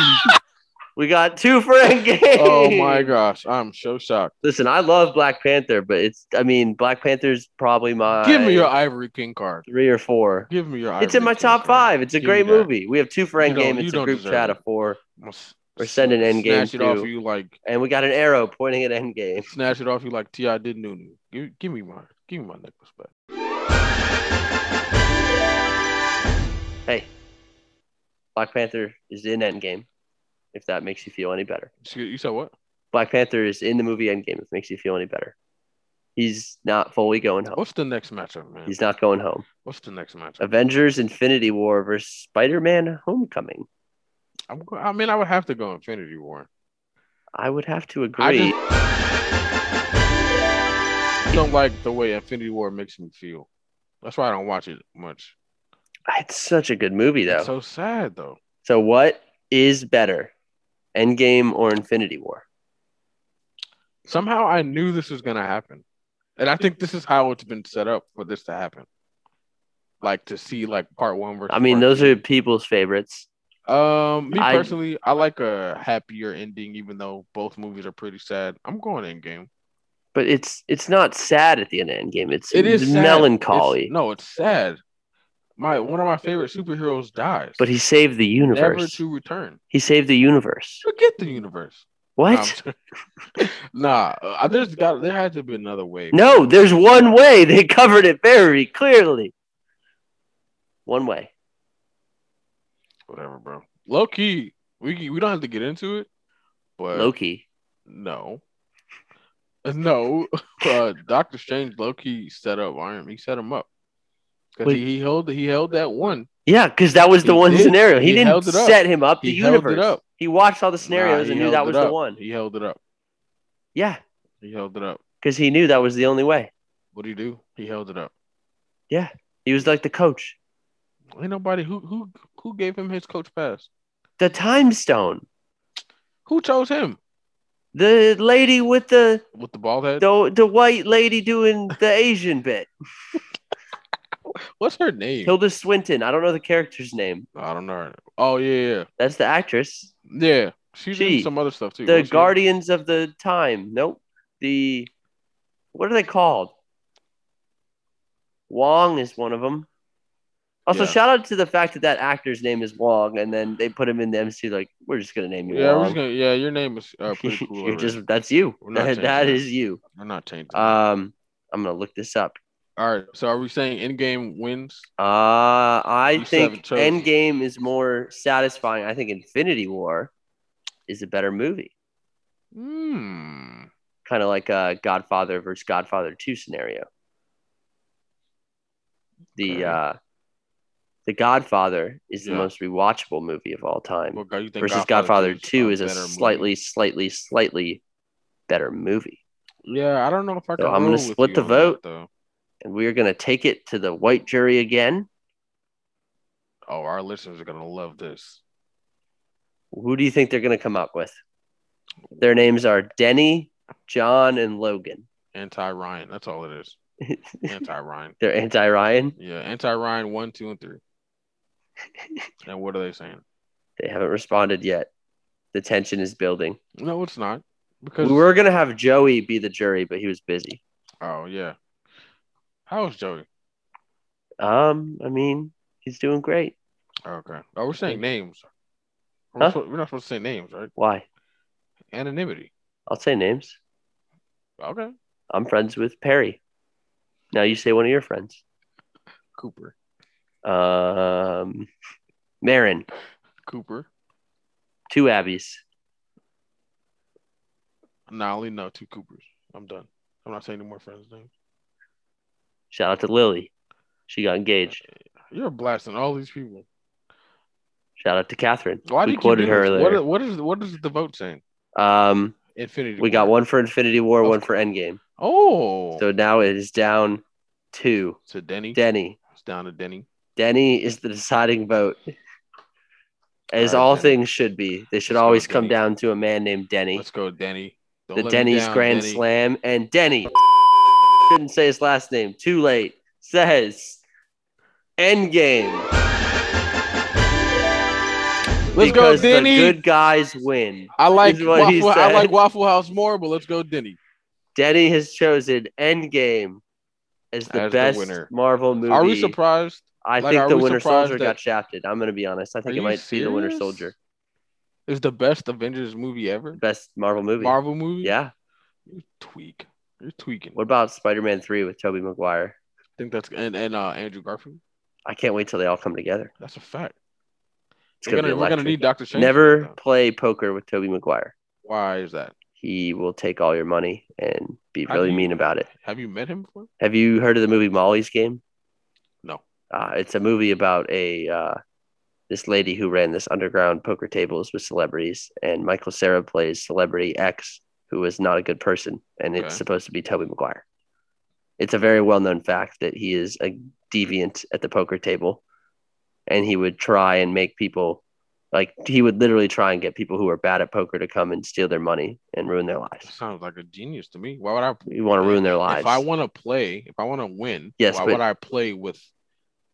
A: we got two for Endgame.
B: oh my gosh, I'm so shocked.
A: Listen, I love Black Panther, but it's I mean Black Panther's probably my
B: Give me your Ivory King card.
A: three or four.
B: Give me your. Ivory
A: It's in my
B: King
A: top
B: card.
A: five. It's a
B: Give
A: great
B: me that.
A: movie. We have two for
B: You don't-
A: Endgame.
B: you
A: It's a
B: don't
A: group
B: deserve
A: chat
B: it.
A: of four,
B: I'm gonna s-
A: We're sending Endgame
B: Snatch it off
A: too.
B: of you like
A: and we got an arrow pointing at Endgame.
B: snatch it off you like Ti did Nunu. Give, give me my give me my necklace back.
A: Hey, Black Panther is in Endgame. If that makes you feel any better,
B: Excuse- You said what?
A: Black Panther is in the movie Endgame. If it makes you feel any better, he's not fully going home.
B: What's the next matchup, man?
A: Oh. He's not going home.
B: What's the next matchup?
A: Avengers: Infinity War versus Spider-Man: Homecoming.
B: I'm go- I mean, I would have to go Infinity War.
A: I would have to
B: I
A: agree.
B: just don't like the way Infinity War makes me feel. That's why I don't watch it much.
A: It's such a good movie, though.
B: It's
A: So,
B: so sad though.
A: what is better, Endgame or Infinity War?
B: Somehow I knew this was gonna happen, and I think this is how it's been set up for this to happen. Like to see like part one versus.
A: I mean,
B: part
A: those
B: two.
A: are people's favorites.
B: Um, me
A: I-
B: personally, I like a happier ending, even though both movies are pretty sad. I'm going in game.
A: But it's it's not sad at the end of Endgame. It's
B: It is sad.
A: melancholy.
B: It's- no, it's sad. My one of my favorite superheroes dies,
A: But he saved the
B: never
A: universe.
B: to return.
A: He saved the universe.
B: Forget the universe.
A: What?
B: Um, nah, uh, there's got there had to be another way.
A: no, there's one way. They covered it very clearly. One way.
B: whatever, bro. Low key, we can- we don't have to get into it, but
A: Loki.
B: no, no. Uh, Doctor Strange, low key set up Iron. He set him up because
A: Wait.
B: he, he held he held that one.
A: Yeah, because that was the
B: He
A: one
B: did.
A: scenario. He,
B: He
A: didn't
B: held it up.
A: set him up. The
B: He held it
A: universe.
B: up.
A: He watched all the
B: Nah,
A: scenarios
B: he
A: and knew
B: held
A: that
B: it
A: was
B: up.
A: the one.
B: He held it up.
A: Yeah,
B: He held it up.
A: because he knew that was the only way.
B: What do you do? He held it up.
A: He was like the coach.
B: Ain't nobody who who who gave him his coach pass.
A: The time stone.
B: Who chose him
A: The lady with the
B: with the bald head?
A: the, the white lady doing the Asian bit.
B: What's her name?
A: Hilda Swinton. I don't know the character's name.
B: I don't know. her- Oh yeah,
A: That's the actress.
B: yeah, yeah. She's
A: She-
B: in some other stuff too.
A: The
B: wasn't she?
A: Guardians of the Time. Nope. The what are they called? Wong is one of them. Also,
B: Yeah.
A: shout out to the fact that that actor's name is Wong, and then they put him in the MCU. Like, we're just gonna name you
B: Yeah, we're
A: Wong.
B: just gonna, yeah, your name is uh, pretty cool.
A: You're
B: already.
A: um, just that's you.
B: We're not
A: That,
B: changing
A: that
B: that.
A: is you.
B: We're not changing. it.
A: Um, I'm gonna look this up.
B: All right. So are we saying in game wins?
A: Uh, I
B: You still
A: think
B: haven't chosen.
A: Endgame is more satisfying. I think Infinity War is a better movie,
B: Hmm.
A: kind of like a Godfather versus Godfather Two scenario. The
B: Okay.
A: uh, the Godfather is the
B: Yeah.
A: most rewatchable movie of all time,
B: Well, God- you think
A: versus Godfather, Two
B: a
A: is a
B: better movie?
A: slightly, slightly, slightly better movie.
B: Yeah, I don't know if I
A: So
B: can.
A: I'm gonna
B: roll with
A: split
B: you
A: the
B: on that,
A: vote.
B: though.
A: And we are gonna take it to the white jury again.
B: Oh, our listeners are gonna love this.
A: Who do you think they're going to come up with? Their names are Denny, John, and Logan.
B: Anti Ryan. That's all it is. Anti Ryan.
A: They're anti Ryan.
B: Yeah. Anti Ryan one, two, and three. and what are they saying?
A: They haven't responded yet. The tension is building.
B: No, it's not. Because
A: We were going to have Joey be the jury, but he was busy.
B: oh yeah. How is Joey?
A: Um, I mean, he's doing great.
B: Okay. Oh, we're saying names. We're,
A: Huh?
B: not supposed- we're not supposed to say names, right?
A: Why?
B: Anonymity.
A: I'll say names.
B: Okay.
A: I'm friends with Perry. Now you say one of your friends.
B: Cooper.
A: Um, Marin,
B: Cooper.
A: two Abbeys.
B: No, I only know two Coopers. I'm done. I'm not saying any more friends' name.
A: Shout out to Lily. She got engaged.
B: You're blasting all these people.
A: Shout out to Catherine.
B: Why
A: we
B: did you
A: quoted
B: do
A: her
B: this? What-
A: earlier.
B: what is what is the vote saying?
A: Um,
B: Infinity.
A: we got
B: War.
A: one for Infinity War,
B: Of
A: one for Endgame.
B: Oh,
A: So now it is down to
B: so Denny.
A: Denny.
B: It's down to Denny.
A: Denny is the deciding vote. As
B: All right,
A: all
B: Denny.
A: things should be. They should
B: Let's go,
A: always come
B: Denny.
A: down to a man named Denny.
B: Let's go, Denny. Don't
A: the
B: let me
A: Denny's
B: down,
A: Grand
B: Denny.
A: Slam, and Denny shouldn't say his last name. Too late. Says Endgame.
B: Let's go,
A: because
B: Denny.
A: The good guys win.
B: I like
A: is what he
B: Waffle, I
A: said.
B: like Waffle House more, but let's go, Denny.
A: Denny has chosen Endgame as the
B: As the
A: best
B: winner.
A: Marvel movie.
B: Are we surprised?
A: I
B: like,
A: think
B: are
A: the
B: we
A: Winter
B: surprised
A: Soldier
B: that-
A: got shafted. I'm gonna be honest. I
B: Are
A: think
B: you
A: it might be the Winter
B: serious?
A: Soldier,
B: It's the best Avengers movie ever.
A: best Marvel movie.
B: Marvel movie.
A: Yeah.
B: You tweak. You're tweaking.
A: What about Spider-Man Three with Tobey Maguire?
B: I think that's and and uh, Andrew Garfield.
A: I can't wait till they all come together.
B: That's a fact.
A: It's
B: We're
A: gonna, be
B: gonna, we're gonna
A: electric.
B: need Doctor Strange.
A: Never play poker with Toby Maguire.
B: Why is that?
A: He will take all your money and be
B: How
A: really
B: do you-
A: mean about it.
B: Have you met him before?
A: Have you heard of the movie Molly's Game?
B: No.
A: Uh, it's a movie about a uh, this lady who ran this underground poker tables with celebrities, and Michael Sarah plays celebrity X, who is not a good person, and
B: Okay.
A: it's supposed to be Toby Maguire. It's a very well known fact that he is a deviant at the poker table, and he would try and make people like he would literally try and get people who are bad at poker to come and steal their money and ruin their
B: That
A: lives.
B: sounds like a genius to me. Why would I?
A: You want to ruin their lives.
B: If I want to play, if I want to win,
A: Yes,
B: why
A: but
B: would I play with?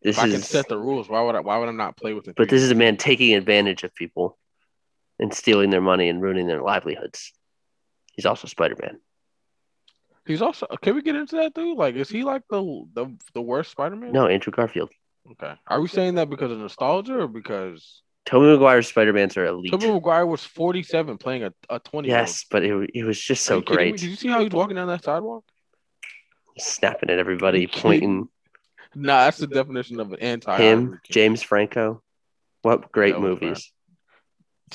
A: this
B: if I
A: is
B: can set the rules, why would I? Why would I not play with it?
A: But this is a man taking advantage of people and stealing their money and ruining their livelihoods. He's also Spider Man.
B: He's also. Can we get into that dude? Like, is he like the the, the worst Spider Man?
A: No, Andrew Garfield.
B: Okay. Are we saying that because of nostalgia or because
A: Tobey Maguire's Spider Mans are elite.
B: Tobey Maguire was forty seven playing a, a twenty?
A: yes, but it, it was just so
B: Did
A: great.
B: you see how he's walking down that sidewalk?
A: Snapping at everybody,
B: you kidding
A: pointing
B: Nah, that's the definition of an anti.
A: him, James Franco. What great
B: That was bad.
A: movies.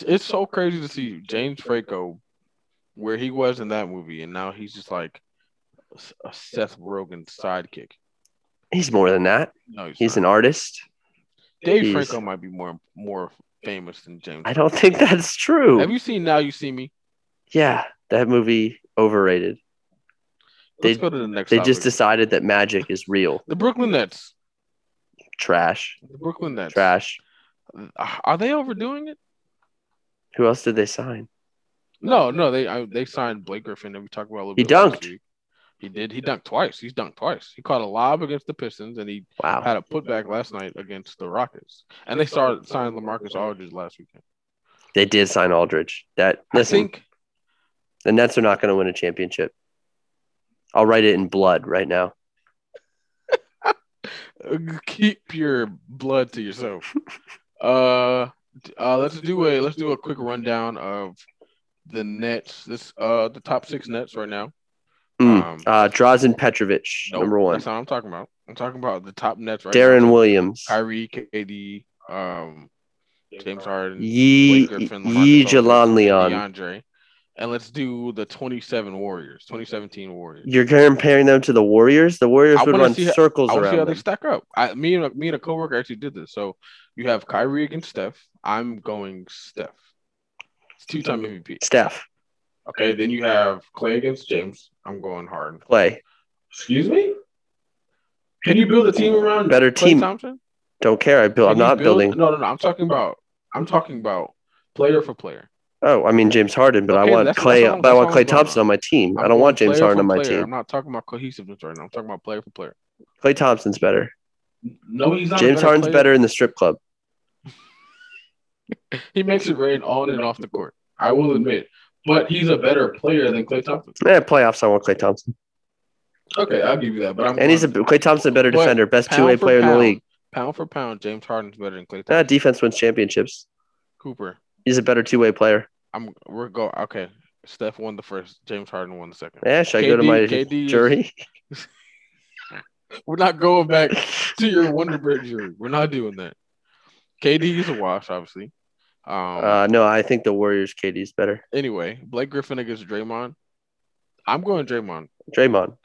B: It's so crazy to see James Franco where he was in that movie, and now he's just like a Seth Rogen sidekick.
A: He's more than that.
B: No, he's,
A: He's
B: not.
A: an artist.
B: Dave
A: he's-
B: Franco might be more more famous than James.
A: I don't think that's true.
B: Have you seen Now You See Me?
A: yeah, that movie overrated. They-
B: Let's go to the next.
A: They just
B: topic.
A: decided that magic is real.
B: the Brooklyn Nets.
A: Trash.
B: The Brooklyn Nets. Uh,
A: Trash.
B: Are they overdoing it?
A: Who else did they sign?
B: No, no. They I, they signed Blake Griffin, and we talked about a little
A: He
B: bit last
A: dunked.
B: week. He did. He dunked twice. He's dunked twice. He caught a lob against the Pistons, and he
A: Wow.
B: had a putback last night against the Rockets. And they started signed Lamarcus Aldridge last weekend.
A: They did sign Aldridge. That listen,
B: I think
A: the Nets are not going to win a championship. I'll write it in blood right now.
B: uh, keep your blood to yourself. uh, uh, let's do a let's do a quick rundown of the Nets. This uh the top six Nets right now.
A: Mm.
B: Um,
A: Uh, Drazen Petrovic,
B: nope,
A: number one.
B: That's not what I'm talking about. I'm talking about the top Nets right
A: Darren
B: now.
A: Williams.
B: Kyrie, KD, um, James Harden,
A: Yee,
B: Blake Griffin, LaMarcus
A: Yee
B: Aldridge,
A: Jalan Leon.
B: DeAndre. And let's do the 27 Warriors, 2017 Warriors.
A: You're comparing them to the Warriors. The Warriors
B: I
A: would
B: wanna
A: run
B: see how-
A: circles
B: I want to Oh, see how
A: around
B: they
A: them.
B: stack up. I, me and me and a coworker actually did this. So you have Kyrie against Steph. I'm going Steph. It's two-time MVP.
A: Steph,
B: Okay, then you have Clay against James. I'm going Harden.
A: Clay,
B: Excuse me. Can you build a team around
A: Better
B: Klay
A: team.
B: Thompson?
A: don't care. I build,
B: Can
A: I'm
B: you
A: not
B: build-
A: building.
B: No, no, no. I'm talking about. I'm talking about player for player.
A: Oh, I mean James Harden, but
B: Okay,
A: I want
B: that's-
A: Clay.
B: that's all-
A: But I
B: that's
A: want
B: all
A: Clay
B: I'm going
A: Thompson
B: on.
A: on my team.
B: I'm
A: I don't
B: going
A: want James
B: player
A: Harden
B: for
A: on my
B: player. I'm
A: team.
B: not talking about cohesiveness right now. I'm talking about player for player.
A: Clay Thompson's better.
B: No, he's not. a
A: James Harden's
B: player.
A: better in the strip club.
B: He makes it rain on and off the court. I will admit, but he's a better player than Clay Thompson.
A: Eh, playoffs. I want Clay Thompson.
B: Okay, I'll give you that. But I'm
A: And he's a Clay Thompson, a better
B: But
A: defender, best
B: pound
A: two way
B: for
A: player in the
B: pound,
A: league.
B: pound for pound. James Harden's better than Clay Thompson.
A: Ah, defense wins championships.
B: Cooper,
A: He's a better two way player.
B: I'm we're go. Okay, Steph won the first. James Harden won the second.
A: Yeah, should I go to
B: KD
A: my
B: KD is-
A: jury?
B: We're not going back to your Wonder Bread jury. We're not doing that. KD is a wash, obviously. Um.
A: Uh, no, I think the Warriors KD is better.
B: anyway, Blake Griffin against Draymond. I'm going Draymond.
A: Draymond.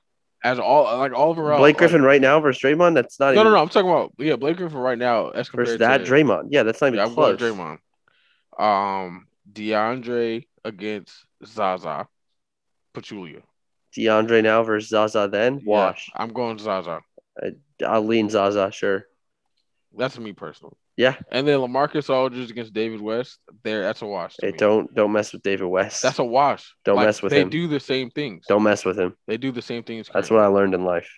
B: As all like all overall,
A: Blake
B: like-
A: Griffin right now versus Draymond. That's not
B: No,
A: even
B: no, no. I'm talking about yeah, Blake Griffin right now as
A: versus
B: compared
A: that
B: to
A: Draymond. Yeah, that's not even
B: Yeah, I'm
A: close.
B: going Draymond. Um, DeAndre against Zaza, Pachulia.
A: DeAndre now versus Zaza. Then
B: Yeah,
A: wash.
B: I'm going Zaza.
A: I'll lean Zaza. Sure.
B: That's me personally.
A: Yeah.
B: And then Lamarcus Aldridge against David West. There, that's a wash. to
A: Hey,
B: me.
A: don't don't mess with David West.
B: That's a wash.
A: Don't mess with
B: they
A: him.
B: They do the same things.
A: don't mess with him.
B: They do the same things.
A: That's
B: Kurt.
A: what I learned in life.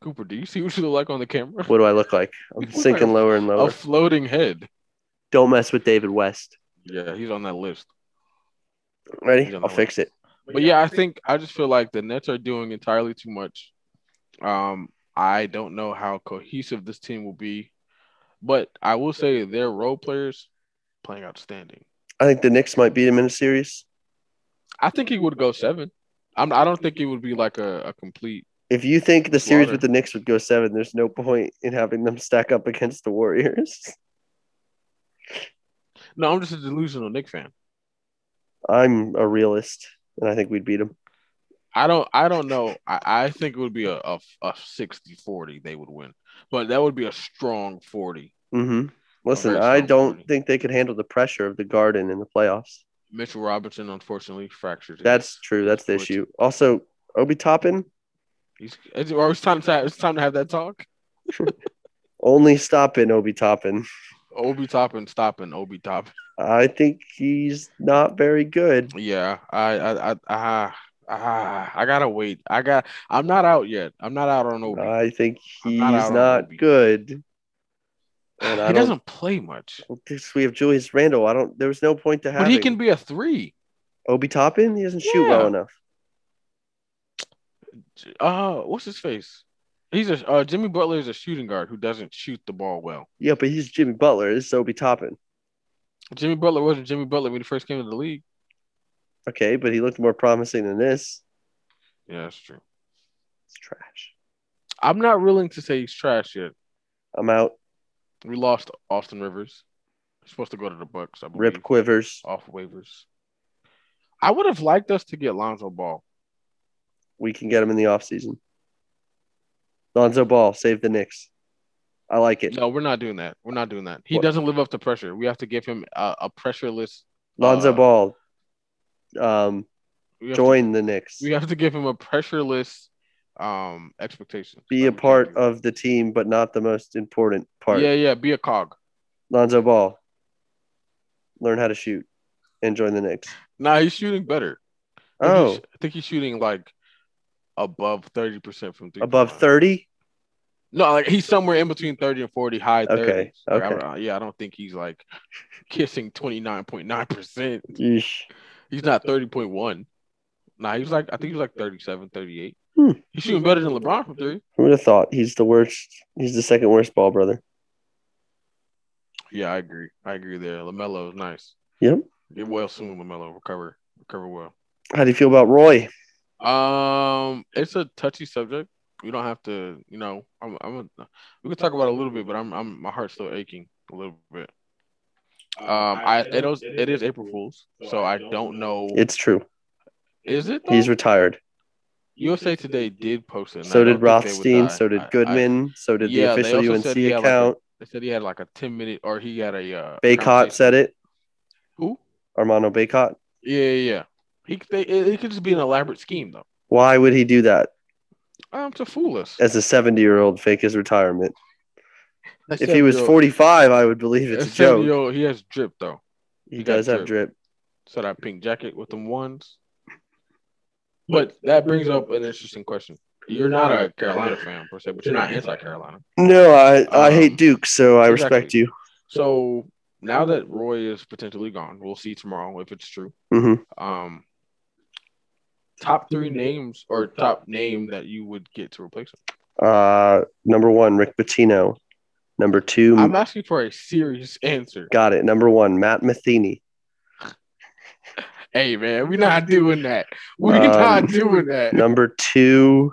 B: Cooper. Do you see what you look like on the camera?
A: What do I look like? I'm
B: You look
A: sinking
B: like
A: lower and
B: A
A: lower.
B: floating head.
A: Don't mess with David West.
B: Yeah, he's on that list.
A: Ready?
B: He's on
A: I'll
B: the
A: fix it.
B: But yeah, I think I just feel like the Nets are doing entirely too much. Um, I don't know how cohesive this team will be, but I will say their role players playing outstanding.
A: I think the Knicks might beat him in a series.
B: I think he would go seven. I'm, I don't think he would be like a, a complete.
A: If you think the series
B: Slaughter.
A: with the Knicks would go seven, there's no point in having them stack up against the Warriors.
B: No, I'm just a delusional Nick fan.
A: I'm a realist, and I think we'd beat them.
B: I don't. I don't know. I, I think it would be a, a, a 60-40 they would win, but that would be a strong forty.
A: hmm Listen,
B: very
A: I
B: strong
A: don't
B: party.
A: think they could handle the pressure of the Garden in the playoffs.
B: Mitchell Robinson unfortunately fractured. his-
A: That's true. That's the
B: Which-
A: issue. Also, Obi Toppin
B: He's, it's, or it's time to it's time to have that talk.
A: only stopping Obi Toppin.
B: Obi Toppin stopping Obi Toppin.
A: I think he's not very good.
B: Yeah, I I I I, I, I gotta wait. I got. I'm not out yet. I'm not out on Obi.
A: I think
B: I'm
A: he's
B: not out
A: not,
B: on Obi.
A: good. And I
B: he
A: don't-
B: doesn't play much,
A: Because we have Julius Randle. I don't. There was no point to having
B: but he can be a three.
A: Obi Toppin. He doesn't shoot well
B: Yeah.
A: enough.
B: Uh, what's his face? He's a uh, Jimmy Butler is a shooting guard who doesn't shoot the ball well.
A: Yeah, but he's Jimmy Butler. This is Obi Toppin.
B: Jimmy Butler wasn't Jimmy Butler when he first came into the league.
A: Okay, but he looked more promising than this.
B: Yeah, that's true.
A: It's trash.
B: I'm not willing to say he's trash yet.
A: I'm out.
B: We lost Austin Rivers. He's supposed to go to the Bucks. I believe.
A: Rip quivers.
B: off waivers. I would have liked us to get Lonzo Ball.
A: We can get him in the offseason. Lonzo Ball, save the Knicks. I like it.
B: No, we're not doing that. We're not doing that. He
A: What?
B: doesn't live up to pressure. We have to give him a, a pressureless.
A: Lonzo
B: uh,
A: Ball, um,
B: We have,
A: join the Knicks.
B: To, we have to give him a pressureless um expectation.
A: Be
B: Like,
A: a
B: we can't
A: part
B: do that.
A: of the team, but not the most important part.
B: Yeah, yeah. Be a cog.
A: Lonzo Ball, learn how to shoot and join the Knicks.
B: Nah, he's shooting better. I think
A: Oh,
B: he's- I think he's shooting like above thirty percent from three.
A: above
B: point line.
A: 30?
B: No, like he's somewhere in between thirty and forty, high
A: Okay,
B: thirty. Like, I
A: okay.
B: don't- uh, yeah, I don't think he's like kissing twenty nine point nine percent.
A: Yeesh.
B: He's not 30.1. Nah, he was like, I think he was like 37, 38.
A: Hmm.
B: He's shooting better than LeBron from three.
A: Who would have thought he's the worst? He's the second worst ball brother.
B: Yeah, I agree. I agree there. LaMelo is nice.
A: Yep.
B: Get well soon, LaMelo. Recover. Recover well.
A: How do you feel about Roy?
B: Um, it's a touchy subject. We don't have to, you know, I'm, I'm, we can talk about it a little bit, but I'm, I'm, my heart's still aching a little bit. Um, I, it is, it is April Fool's, so I don't know.
A: It's true.
B: Is it?
A: He's
B: though?
A: retired.
B: USA Today did post it. and
A: So
B: I
A: did
B: don't think they would
A: Rothstein.
B: die.
A: So did
B: I- I-
A: Goodman. so did
B: Yeah,
A: the
B: they
A: official
B: also
A: UNC
B: said he had, like, a
A: account.
B: They said he had like a 10 minute or he had a uh
A: Baycott
B: conversation.
A: said it.
B: who?
A: Armando Baycott.
B: Yeah, yeah, yeah. He could- they, it, it could just be an elaborate scheme though.
A: Why would he do that
B: Um to fool us.
A: as a 70 year old fake his retirement?
B: That
A: If he was 45, I would believe
B: 70-year-old
A: it's a joke.
B: Yo, he has drip though.
A: He
B: he
A: does
B: got
A: have drip.
B: So that pink jacket with them ones. But that brings up an interesting question. You're not a Carolina fan per se, but you're not anti Carolina.
A: No, I, I
B: Um,
A: hate Duke, so I
B: exactly.
A: respect you.
B: So now that Roy is potentially gone, we'll see tomorrow if it's true.
A: hmm
B: Um top three names or top name that you would get to replace him.
A: Uh, number one, Rick Pitino. Number 2
B: I'm asking for a serious answer.
A: got it. Number one, Matt Matheny.
B: Hey man, we're not doing that. We're
A: Um,
B: not doing that.
A: Number two,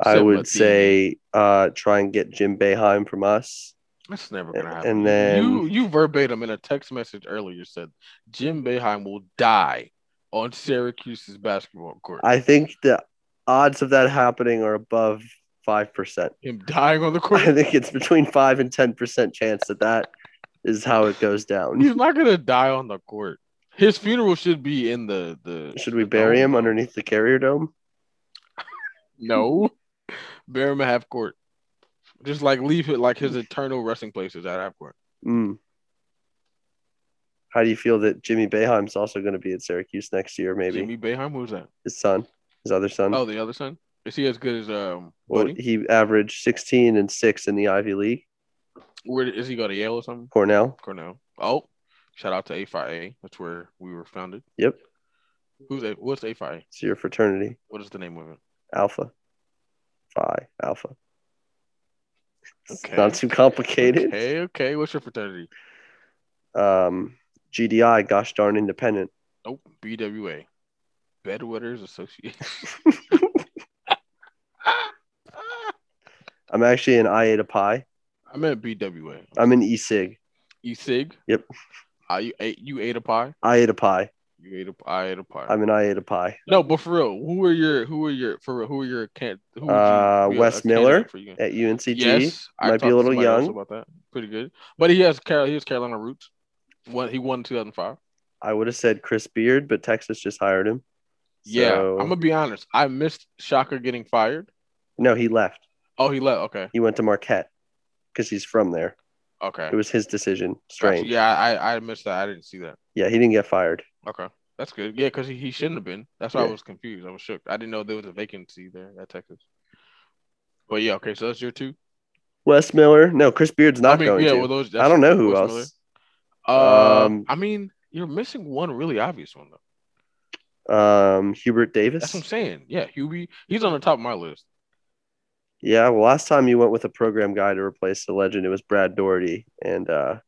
A: I
B: Said
A: would
B: Matheny.
A: say uh, try and get Jim Beheim from us.
B: That's never gonna
A: and
B: happen.
A: then-
B: you you verbatim in a text message earlier said Jim Beheim will die on Syracuse's basketball court.
A: I think the odds of that happening are above five percent.
B: Him dying on the court.
A: I think it's between five and ten percent chance that that is how it goes down.
B: He's not gonna die on the court. His funeral should be in the the.
A: Should we bury
B: Oh.
A: him underneath the carrier dome?
B: No, bury him at half court. Just like leave it like his eternal resting place is at half court.
A: Mm. How do you feel that Jimmy Beheim's also going to be at Syracuse next year? Maybe
B: Jimmy Boeheim, who's that?
A: his son, his other son.
B: Oh, the other son. Is he as good as um?
A: Well,
B: Buddy?
A: he averaged 16 and six in the Ivy League,
B: Where is he? Go to Yale or something?
A: Cornell.
B: Cornell. Oh, shout out to A5A. That's where we were founded.
A: Yep,
B: Who's a, what's A5A?
A: it's your fraternity,
B: What is the name of it?
A: Alpha, Phi Alpha. It's
B: Okay.
A: not too complicated.
B: Okay, okay. What's your fraternity?
A: Um, GDI, gosh darn independent.
B: Nope. BWA. Bedwetters Association.
A: I'm actually an I Eta Pi.
B: I meant BWA.
A: I'm an E Sig.
B: You sig?
A: Yep.
B: Are you ate you ate a pie?
A: I Eta Pi.
B: You ate a I ate a pie.
A: I'm an I Eta Pi.
B: no, but for real, who are your who are your for real, who are your can who would you
A: Uh,
B: be a-
A: Wes
B: a candidate
A: Miller?
B: for you?
A: At UNCG,
B: Yes, I
A: might
B: talked
A: be a
B: to
A: little
B: somebody else
A: young.
B: about that. Pretty good, but he has Carol. He has Carolina roots. One, he won in 2005.
A: I would have said Chris Beard, but Texas just hired him.
B: Yeah,
A: So-
B: I'm gonna be honest. I missed Shocker getting fired.
A: No, he left.
B: Oh, he left. Okay,
A: He went to Marquette because he's from there.
B: okay.
A: It was his decision.
B: Gotcha.
A: Strange.
B: Yeah, I I missed that. I didn't see that.
A: Yeah, he didn't get fired.
B: Okay, that's good. Yeah, because he, he shouldn't have been. That's why I
A: Yeah.
B: was confused. I was shook. I didn't know there was a vacancy there at Texas. But yeah, okay. So that's your two.
A: Wes Miller. No, Chris Beard's not going
B: yeah.
A: to.
B: Well, those.
A: I don't know who
B: Wes
A: else.
B: Miller. Uh,
A: Um,
B: I mean, you're missing one really obvious one though.
A: Um, Hubert
B: That's
A: Davis.
B: what I'm saying. Yeah, Hubie. He's on the top of my list.
A: Yeah, well, last time you went with a program guy to replace the legend, it was Brad Doherty, and uh,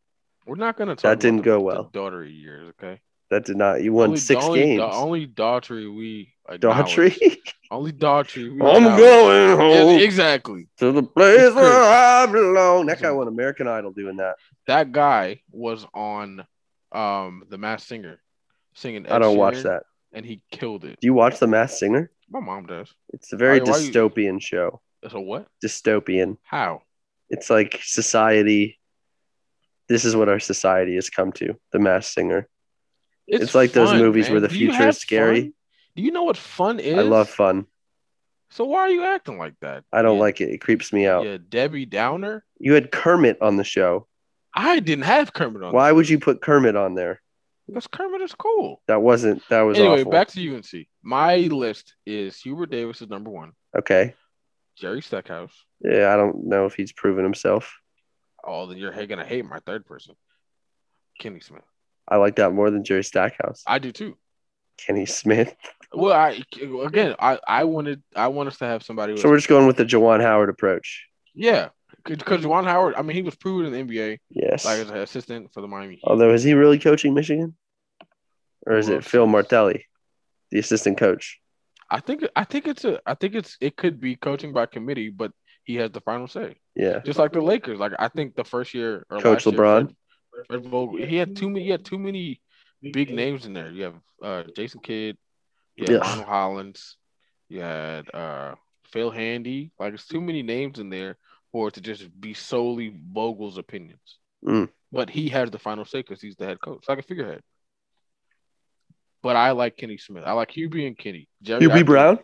B: We're not gonna talk.
A: That
B: about
A: didn't
B: the-
A: go
B: the
A: well.
B: Daughtery years, okay.
A: that did not. You won
B: Only- the
A: six
B: only,
A: games.
B: The only Daughtery we acknowledge-
A: Daughtry.
B: Only Daughtry. We
A: I'm
B: acknowledge.
A: going home
B: Yeah, exactly.
A: to the place
B: Chris.
A: where I belong. That guy won American Idol doing that.
B: That guy was on, um, The Masked Singer, singing.
A: I
B: Ed
A: don't watch
B: Sheeran,
A: that.
B: And he killed it.
A: Do you watch The Masked Singer?
B: My mom does.
A: It's a very
B: Why- why you-
A: dystopian show.
B: That's a what?
A: Dystopian.
B: How?
A: It's like society. This is what our society has come to. The Masked Singer. It's like those movies where the
B: Do you
A: future
B: have
A: is scary.
B: fun? Do you know what fun is?
A: I love fun.
B: So why are you acting like that?
A: I don't
B: Yeah,
A: like it. It creeps me out.
B: Yeah, Debbie Downer.
A: You had Kermit on the show.
B: I didn't have Kermit on.
A: Why would you put Kermit on there?
B: Because Kermit is cool.
A: That wasn't. That was
B: Anyway,
A: awful.
B: back to UNC. My list is Hubert Davis is number one,
A: Okay.
B: Jerry Stackhouse.
A: Yeah, I don't know if he's proven himself.
B: Oh, then you're ha- gonna hate my third person, Kenny Smith.
A: I like that more than Jerry Stackhouse.
B: I do too.
A: Kenny Smith.
B: Well, I again, I I wanted I want us to have somebody. With,
A: So we're just going with the Jawan Howard approach.
B: yeah, because Juwan Howard. I mean, he was proven in the NBA
A: Yes.
B: like as an assistant for the Miami. Heat.
A: Although, is he really coaching Michigan? Or is
B: Who
A: it
B: else
A: Phil
B: is-
A: Martelli, the assistant coach?
B: I think I think it's a I think it's it could be coaching by committee, but he has the final say.
A: Yeah.
B: Just like the Lakers, like I think the first year or
A: Coach
B: last year,
A: LeBron?
B: Fred- Fred Vogel, he had too many. He had too many big names in there. You have uh, Jason Kidd, you had
A: Yeah.
B: Ronald Hollins, you had uh, Phil Handy. Like it's too many names in there for it to just be solely Vogel's opinions.
A: Mm.
B: But he has the final say because he's the head coach, like a figurehead. But I like Kenny Smith. I like Hubie and Kenny. Jerry, I
A: UB
B: think-
A: Brown?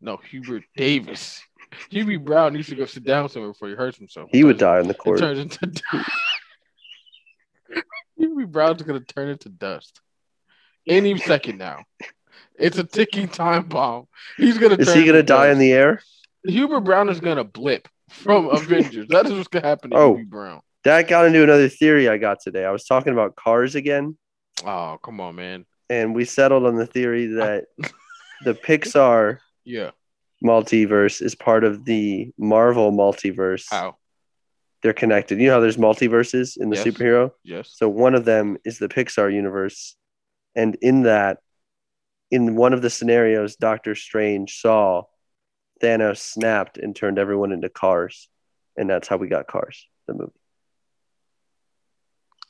B: No, Hubert Davis. Hubie Brown needs to go sit down somewhere before he hurts himself.
A: He would
B: Turns-
A: die on the
B: It
A: court.
B: turns into Hubie Brown's gonna turn into dust any second now. It's a ticking time bomb. He's gonna.
A: Is
B: turn
A: he going to
B: into
A: die in
B: dust.
A: the air?
B: Hubert Brown is gonna blip from Avengers. that is what's gonna happen to
A: Oh.
B: Hubie Brown.
A: That got into another theory I got today. I was talking about cars again,
B: Oh come on, man.
A: and we settled on the theory that the Pixar
B: Yeah.
A: multiverse is part of the Marvel multiverse.
B: How?
A: They're connected. You know how there's multiverses in the
B: Yes.
A: superhero?
B: Yes.
A: So one of them is the Pixar universe. And in that, in one of the scenarios, Doctor Strange saw Thanos snapped and turned everyone into cars. And that's how we got cars, the movie.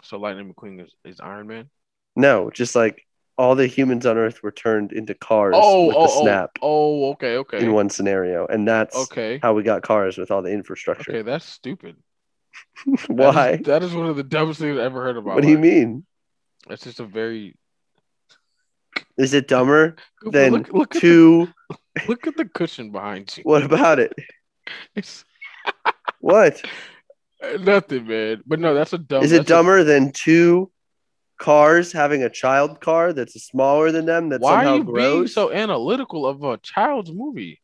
B: So Lightning McQueen is, is Iron Man.
A: No, just like all the humans on Earth were turned into cars
B: Oh,
A: with
B: oh,
A: the snap
B: oh, oh, okay, okay,
A: in one scenario, and that's
B: okay,
A: how we got cars with all the infrastructure.
B: okay. That's stupid. That is-
A: Why?
B: that is one of the dumbest things I've ever heard about.
A: what do you
B: life.
A: mean?
B: That's just a very
A: Is it dumber
B: But
A: than
B: look, look, at the,
A: two?
B: look at the cushion behind you.
A: What about it?
B: It's
A: What
B: Uh, nothing, man. But no, that's a dumb.
A: is
B: that's
A: it dumber than two cars having a child car that's smaller than them
B: A,
A: that
B: why
A: somehow
B: are you being
A: grows?
B: so analytical of a child's movie?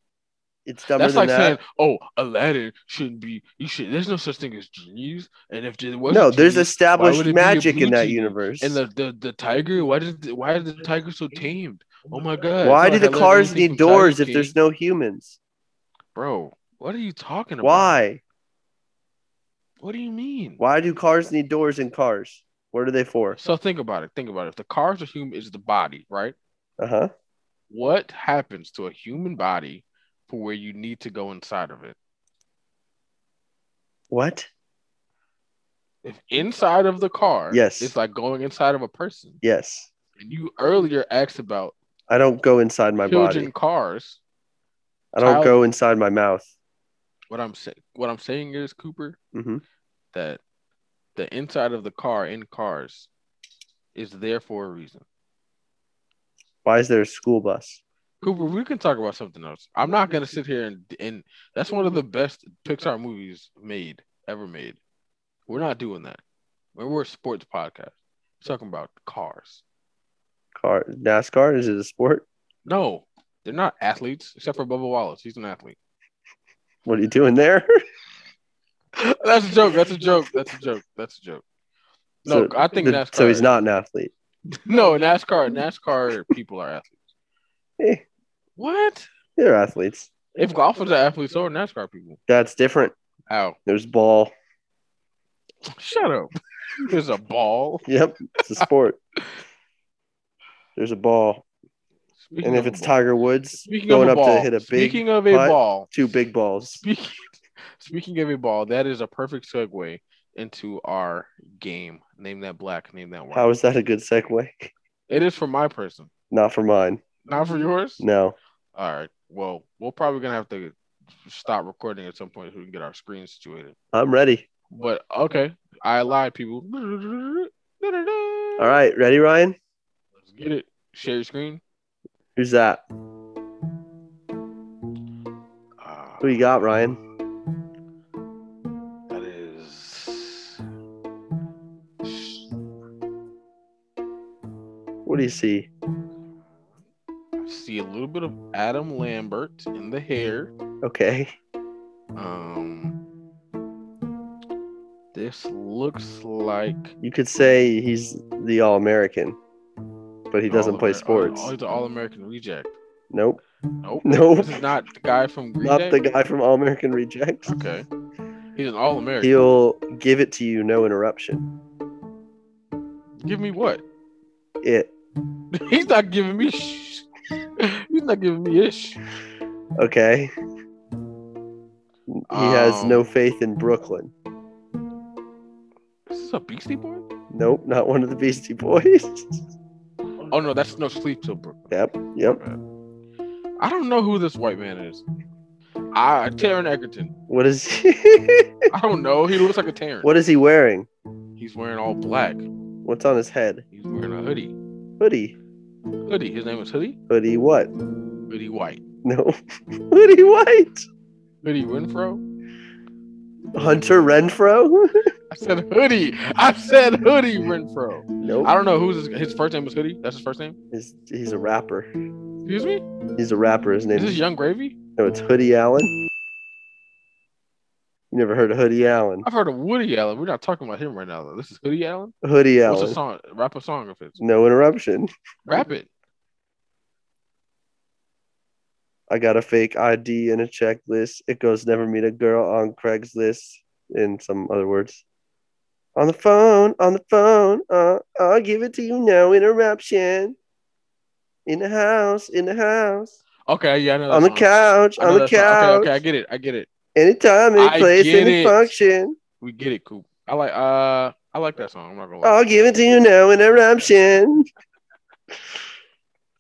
A: it's dumber
B: that's
A: than
B: like
A: that.
B: saying, "Oh, Aladdin shouldn't be. You should. There's no such thing as genies. And if there was
A: no, there's
B: genies,
A: established
B: would it be a
A: magic
B: blue
A: in that
B: genie?
A: universe.
B: and the, the the tiger. Why did the- why is the tiger so tamed? Oh my god! I
A: Why
B: thought
A: do
B: I
A: the
B: learned
A: cars
B: everything
A: need
B: from Tiger
A: doors if
B: King.
A: there's no humans?
B: bro? What are you talking about?
A: Why?
B: What do you mean?
A: Why do cars need doors in cars? What are they for?
B: So think about it. Think about it. If the cars are human, is the body right?
A: Uh huh.
B: What happens to a human body for where you need to go inside of it?
A: What?
B: If inside of the car,
A: Yes.
B: it's like going inside of a person.
A: Yes.
B: And you earlier asked about
A: I don't go inside my
B: children
A: body.
B: cars.
A: I don't
B: child-
A: go inside my mouth.
B: What I'm saying, what I'm saying is Cooper,
A: Mhm.
B: that the inside of the car in cars is there for a reason.
A: Why is there a school bus?
B: Cooper, we can talk about something else. I'm not gonna sit here and and that's one of the best Pixar movies made ever made. We're not doing that. We're, we're a sports podcast. We're talking about cars.
A: Car NASCAR is it a sport?
B: No, they're not athletes except for Bubba Wallace. He's an athlete.
A: What are you doing there?
B: That's a joke. That's a joke. That's a joke. That's a joke. No,
A: So
B: I think
A: the-
B: NASCAR.
A: So he's not an athlete.
B: No, NASCAR. NASCAR people are athletes.
A: Eh,
B: What?
A: they're athletes.
B: If golfers are athletes, so are NASCAR people.
A: That's different.
B: How?
A: There's ball.
B: Shut up. There's a ball.
A: Yep, it's a sport. There's a ball,
B: Speaking
A: and if
B: of a
A: it's
B: ball-
A: Tiger Woods
B: Speaking
A: going
B: of a
A: up
B: ball,
A: to hit a big
B: speaking of a
A: putt.
B: ball,
A: two big balls.
B: speaking, speaking of a ball, that is a perfect segue into our game. Name that black, name that white.
A: How is that a good segue?
B: it is for my person,
A: Not for mine.
B: not for yours.
A: No.
B: All right. Well, we're probably gonna have to stop recording at some point so we can get our screen situated.
A: I'm ready.
B: But okay, I lied, people.
A: All right, ready, Ryan?
B: let's get it. Share your screen.
A: Who's that?
B: Uh,
A: Who you got, Ryan?
B: Ah, That is.
A: What do you see?
B: I see a little bit of Adam Lambert in the hair.
A: Okay.
B: Um, this looks like
A: You could say he's the All American, but he doesn't play
B: All-Amer-
A: sports.
B: Oh, he's an All-American reject.
A: Nope.
B: Nope.
A: Nope.
B: This is not the guy from Green
A: Not
B: Day?
A: the guy from All American Rejects.
B: Okay. He's an All-American.
A: He'll give it to you, no interruption.
B: Give me what?
A: It.
B: He's not giving me. Sh- He's not giving me ish.
A: Okay. He has no
B: Um,
A: faith in Brooklyn.
B: Is this a Beastie Boy?
A: Nope, not one of the Beastie Boys.
B: Oh no, that's no sleep till Brooklyn.
A: yep, yep.
B: I don't know who this white man is. Ah, Taron Egerton.
A: What is he?
B: I don't know. He looks like a Taron.
A: what is he wearing?
B: He's wearing all black.
A: What's on his head?
B: He's wearing a hoodie.
A: Hoodie.
B: Hoodie. His name is Hoodie.
A: Hoodie what?
B: Hoodie White.
A: No. Hoodie White.
B: Hoodie Renfro.
A: Hunter Renfro?
B: I said Hoodie. I said Hoodie Renfro.
A: nope.
B: I don't know who's his, his first name is Hoodie. That's his first name.
A: He's, he's a rapper.
B: Excuse me.
A: He's a rapper. His name
B: Is
A: is
B: this Young Gravy?
A: No, it's Hoodie Allen. You never heard of Hoodie Allen?
B: I've heard of Woody Allen. We're not talking about him right now though. This is Hoodie Allen.
A: Hoodie
B: What's
A: Allen.
B: a song? Rap a song of his.
A: No interruption.
B: Rap it.
A: I got a fake ID and a checklist. It goes never meet a girl on Craigslist and some other words. On the phone, on the phone, uh, I'll give it to you, no interruption. In the house, in the house,
B: Okay, yeah, I know. that
A: on the
B: song.
A: couch,
B: I know
A: on the
B: that song.
A: couch,
B: Okay, okay, I get it. I get it.
A: anytime,
B: I
A: any place,
B: get
A: any
B: it.
A: function.
B: We get it, Coop.
A: Oh,
B: I like uh I like that song. I'm not gonna lie.
A: I'll give it to you, no interruption.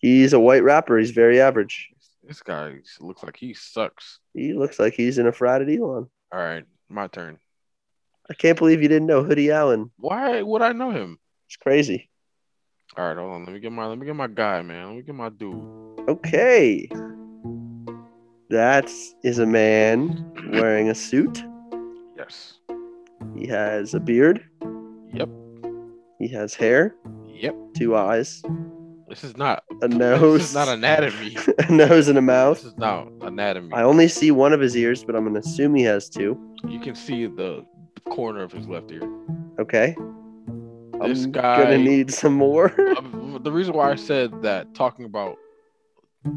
A: He's a white rapper. He's very average.
B: This guy looks like he sucks.
A: He looks like he's in a fraud at Elon.
B: All right, my turn.
A: I can't believe you didn't know Hoodie Allen.
B: Why would I know him?
A: It's crazy.
B: All right, hold on. Let me get my let me get my guy, man. Let me get my dude.
A: Okay. That is a man wearing a suit.
B: Yes.
A: He has a beard.
B: Yep.
A: He has hair,
B: Yep.
A: two eyes,
B: This is not
A: a
B: this
A: nose,
B: is not anatomy.
A: a nose, and a
B: this
A: mouth.
B: is not anatomy.
A: I only see one of his ears, but I'm gonna assume he has two.
B: You can see the corner of his left ear.
A: Okay.
B: This
A: I'm
B: guy-
A: gonna need some more.
B: Um, the reason why I said that, talking about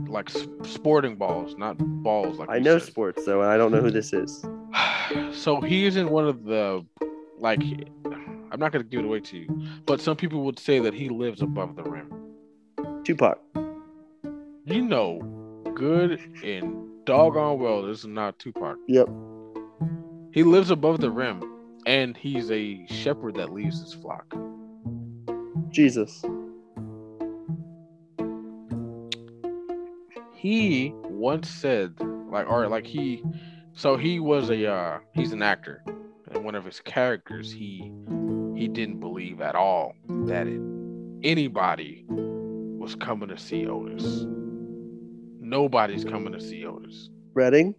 B: like s- sporting balls, not balls. Like
A: I
B: you
A: know
B: said.
A: sports though, and I don't know who this is.
B: so he is in one of the like I'm not gonna give it away to you, but some people would say that he lives above the rim.
A: Tupac.
B: You know, good and doggone well this is not Tupac.
A: Yep.
B: He lives above the rim, and he's a shepherd that leaves his flock.
A: Jesus.
B: He once said, like, or like he, so he was a uh, he's an actor, and one of his characters he he didn't believe at all that it, anybody was coming to see Otis. Nobody's coming to see Otis.
A: Redding.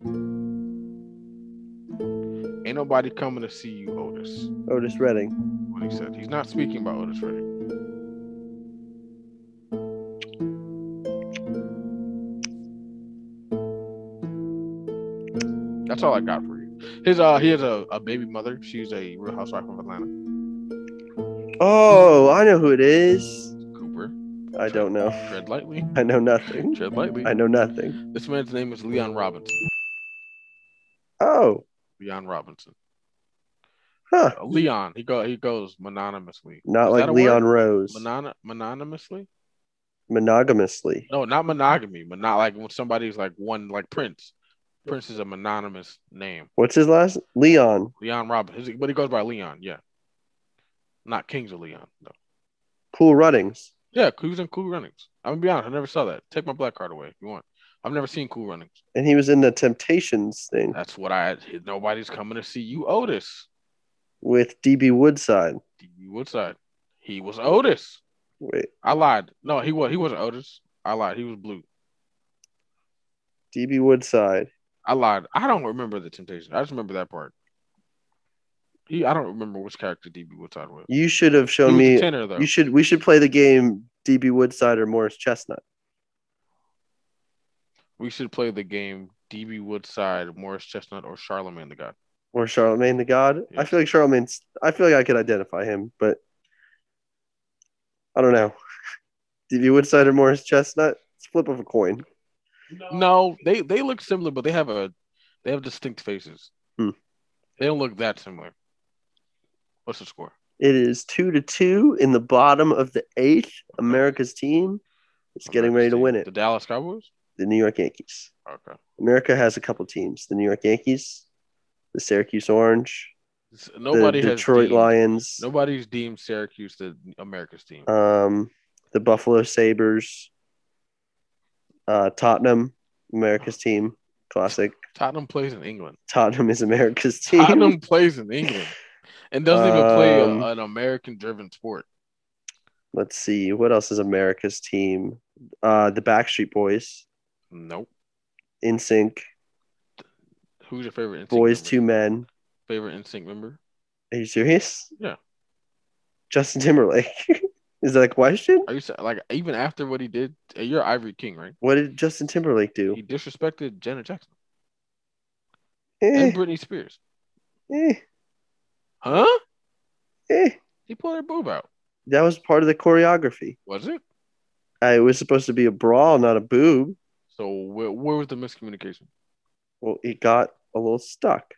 B: Ain't nobody coming to see you, Otis.
A: Otis Redding.
B: What he said. He's not speaking about Otis Redding. That's all I got for you. His uh, he has a, a baby mother. She's a Real Housewife of Atlanta.
A: Oh, I know who it is.
B: Cooper.
A: I don't know.
B: Tread lightly.
A: I know nothing.
B: Tread lightly.
A: I know nothing.
B: This man's name is Leon Robinson.
A: Oh,
B: Leon Robinson.
A: huh.
B: Uh, Leon. He go. He goes mononymously.
A: Not
B: Is
A: like
B: that a
A: Leon
B: word?
A: Rose.
B: Monon- mononymously?
A: Monogamously.
B: No, not monogamy. But not like when somebody's like one like Prince. Prince is a mononymous name.
A: What's his last? Leon.
B: Leon Robinson, but he goes by Leon. Yeah, not Kings of Leon. No.
A: Cool Runnings.
B: Yeah, he was in Cool Runnings. I'm gonna be honest, I never saw that. Take my black card away if you want. I've never seen Cool Runnings.
A: And he was in the Temptations thing
B: That's what I. Nobody's coming to see you, Otis.
A: with DB Woodside.
B: D.B. Woodside. He was Otis.
A: Wait,
B: I lied. No, he was. He wasn't Otis. I lied. He was Blue.
A: DB Woodside.
B: I lied. I don't remember the Temptation. I just remember that part. He. I don't remember which character DB Woodside was.
A: You should have
B: He
A: shown
B: was the
A: me.
B: tenor though.
A: You should. We should play the game DB Woodside or Morris Chestnut.
B: we should play the game DB Woodside, Morris Chestnut, or Charlemagne the God.
A: or Charlemagne the God. I
B: Yes.
A: feel like Charlemagne's. I feel like I could identify him, but I don't know. DB Woodside or Morris Chestnut? It's a flip of a coin.
B: No, they they look similar, but they have a they have distinct faces.
A: Hmm.
B: They don't look that similar. What's the score?
A: It is two to two in the bottom of the eighth. America's team is getting ready to win
B: The
A: it.
B: Dallas Cowboys.
A: The New York Yankees.
B: Okay.
A: America has a couple teams: the New York Yankees, the Syracuse Orange,
B: S- Nobody
A: the
B: has
A: Detroit
B: deemed-
A: Lions,
B: Nobody's deemed Syracuse the America's team.
A: um, the Buffalo Sabers, uh, Tottenham, America's team. Classic.
B: Tottenham plays in England.
A: Tottenham is America's team.
B: Tottenham plays in England, and doesn't even play a-
A: Um,
B: an American-driven sport.
A: Let's see what else is America's team. Uh, the Backstreet Boys,
B: Nope.
A: In Sync,
B: Who's your favorite? NSYNC
A: Boys
B: member?
A: Two Men.
B: favorite instinct member.
A: Are you serious?
B: Yeah.
A: Justin Timberlake. is that a question?
B: Are you sa- like even after what he did? uh, You're Ivory King, right?
A: What did Justin Timberlake do?
B: He disrespected Janet Jackson
A: Eh,
B: and Britney Spears.
A: eh,
B: Huh?
A: eh.
B: He pulled her boob out.
A: That was part of the choreography.
B: Was it?
A: Uh, it was supposed to be a brawl, not a boob.
B: So where, where was the miscommunication?
A: Well, it got a little stuck.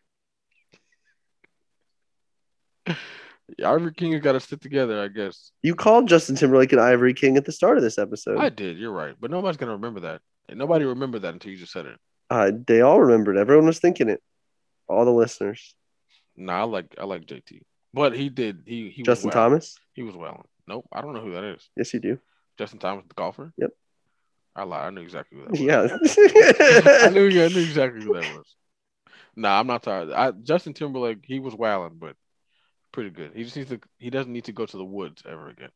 B: Ivory King has got to stick together, I guess.
A: You called Justin Timberlake and Ivory King at the start of this episode.
B: I did. You're right, but nobody's gonna remember that. And nobody remembered that until you just said it.
A: Uh, they all remembered. Everyone was thinking it. All the listeners.
B: Nah, I like I like JT, but he did. He he
A: Justin
B: was wailing.
A: Thomas?
B: He was wailing. Nope, I don't know who that is.
A: Yes, you do.
B: Justin Thomas, the golfer.
A: Yep.
B: I lied. I knew exactly who that was.
A: Yeah.
B: I knew. I knew exactly who that was. Nah, I'm not tired. I, Justin Timberlake, he was wilding, but pretty good. He just needs to. He doesn't need to go to the woods ever again.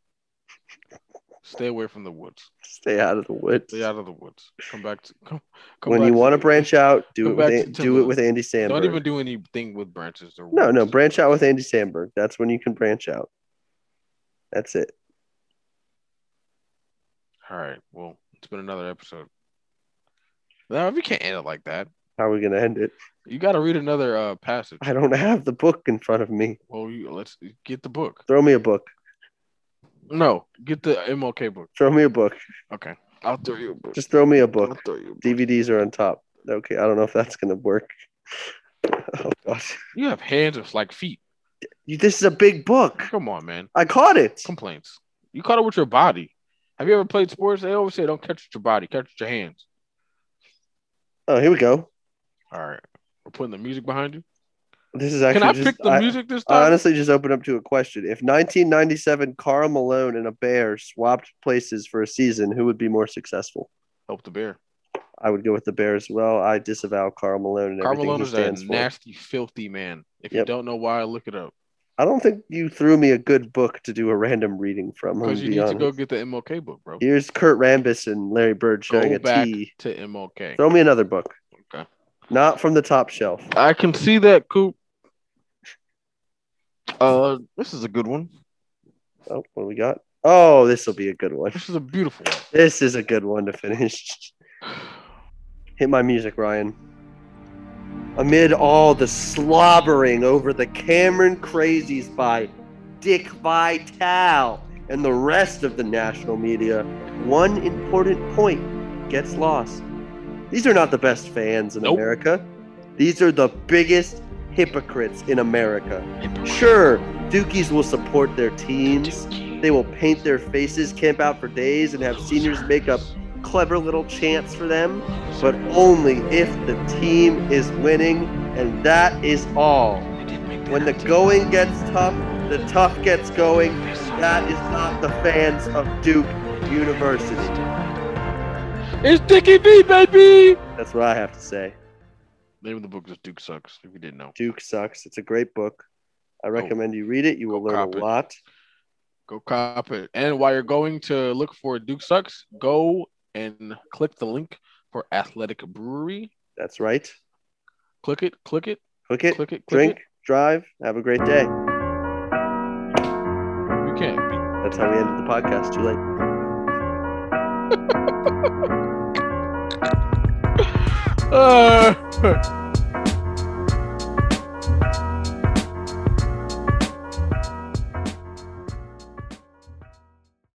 B: Stay away from the woods.
A: Stay out of the woods.
B: Stay out of the woods. Come back to come. come
A: when
B: back
A: you want to
B: the-
A: branch out, do
B: Come
A: it
B: back
A: with
B: to
A: An- do it
B: Timberland.
A: with Andy Sandberg.
B: Don't even do anything with branches or
A: no, no,
B: woods.
A: branch out with Andy Sandberg. That's when you can branch out. That's it.
B: All right. Well, it's been another episode. Now, if you can't end it like that,
A: How are we gonna end it?
B: you got to read another uh, passage.
A: I don't have the book in front of me.
B: Well, you, let's get the book.
A: Throw me a book.
B: No, get the MLK book.
A: Throw me a book.
B: Okay, I'll throw you a book.
A: Just throw me a
B: I'll
A: book.
B: throw you a book.
A: DVDs are on top. Okay, I don't know if that's gonna work. Oh gosh.
B: You have hands of like feet.
A: You, this is a big book.
B: Come on, man.
A: I caught it.
B: Complaints. You caught it with your body. Have you ever played sports? They always say don't catch with your body, catch with your hands.
A: Oh, here we go.
B: All right, we're putting the music behind you.
A: This is actually
B: Can I
A: just,
B: pick the
A: I-
B: music this time?
A: I honestly just opened up to a question. If 1997 Carl Malone and a bear swapped places for a season, who would be more successful?
B: Help the bear.
A: I would go with the bear as well. I disavow Carl Malone and everything
B: Carmelo
A: he
B: is a
A: stands for.
B: nasty, filthy man. If you
A: Yep.
B: don't know why, look it up.
A: I don't think you threw me a good book to do a random reading from. I'm
B: Because you
A: be
B: need
A: honest.
B: to go get the MLK book, bro.
A: Here's Kurt Rambis and Larry Bird showing
B: Go
A: a
B: back
A: tea.
B: to MLK.
A: Throw me another book.
B: Okay.
A: Not from the top shelf.
B: I can see that, Coop. Uh, this is a good one.
A: Oh, what do we got? Oh, this will be a good one.
B: This is a beautiful
A: This is a good one to finish.
B: one.
A: Hit my music, Ryan. Amid all the slobbering over the Cameron crazies by Dick Vitale and the rest of the national media, one important point gets lost. These are not the best fans in
B: Nope.
A: America. These are the biggest hypocrites in America. Sure, Dookies will support their teams. They will paint their faces, camp out for days, and have seniors make up clever little chants for them, but only if the team is winning, and that is all. When the going gets tough, the tough gets going. That is not the fans of Duke University.
B: It's Dickie B, baby.
A: That's what I have to say.
B: Name of the book is Duke Sucks. If you didn't know,
A: Duke sucks. It's a great book. I recommend you read it. You will
B: Go
A: learn
B: Oh. cop
A: a
B: it.
A: lot.
B: go cop it. And while you're going to look for Duke Sucks, go and click the link for Athletic Brewery.
A: That's right.
B: Click it. Click it.
A: Click it,
B: click it. Click
A: drink, drive. Have a great day.
B: It. You can't. beat
A: That's how we ended the podcast. Too late.
B: Uh,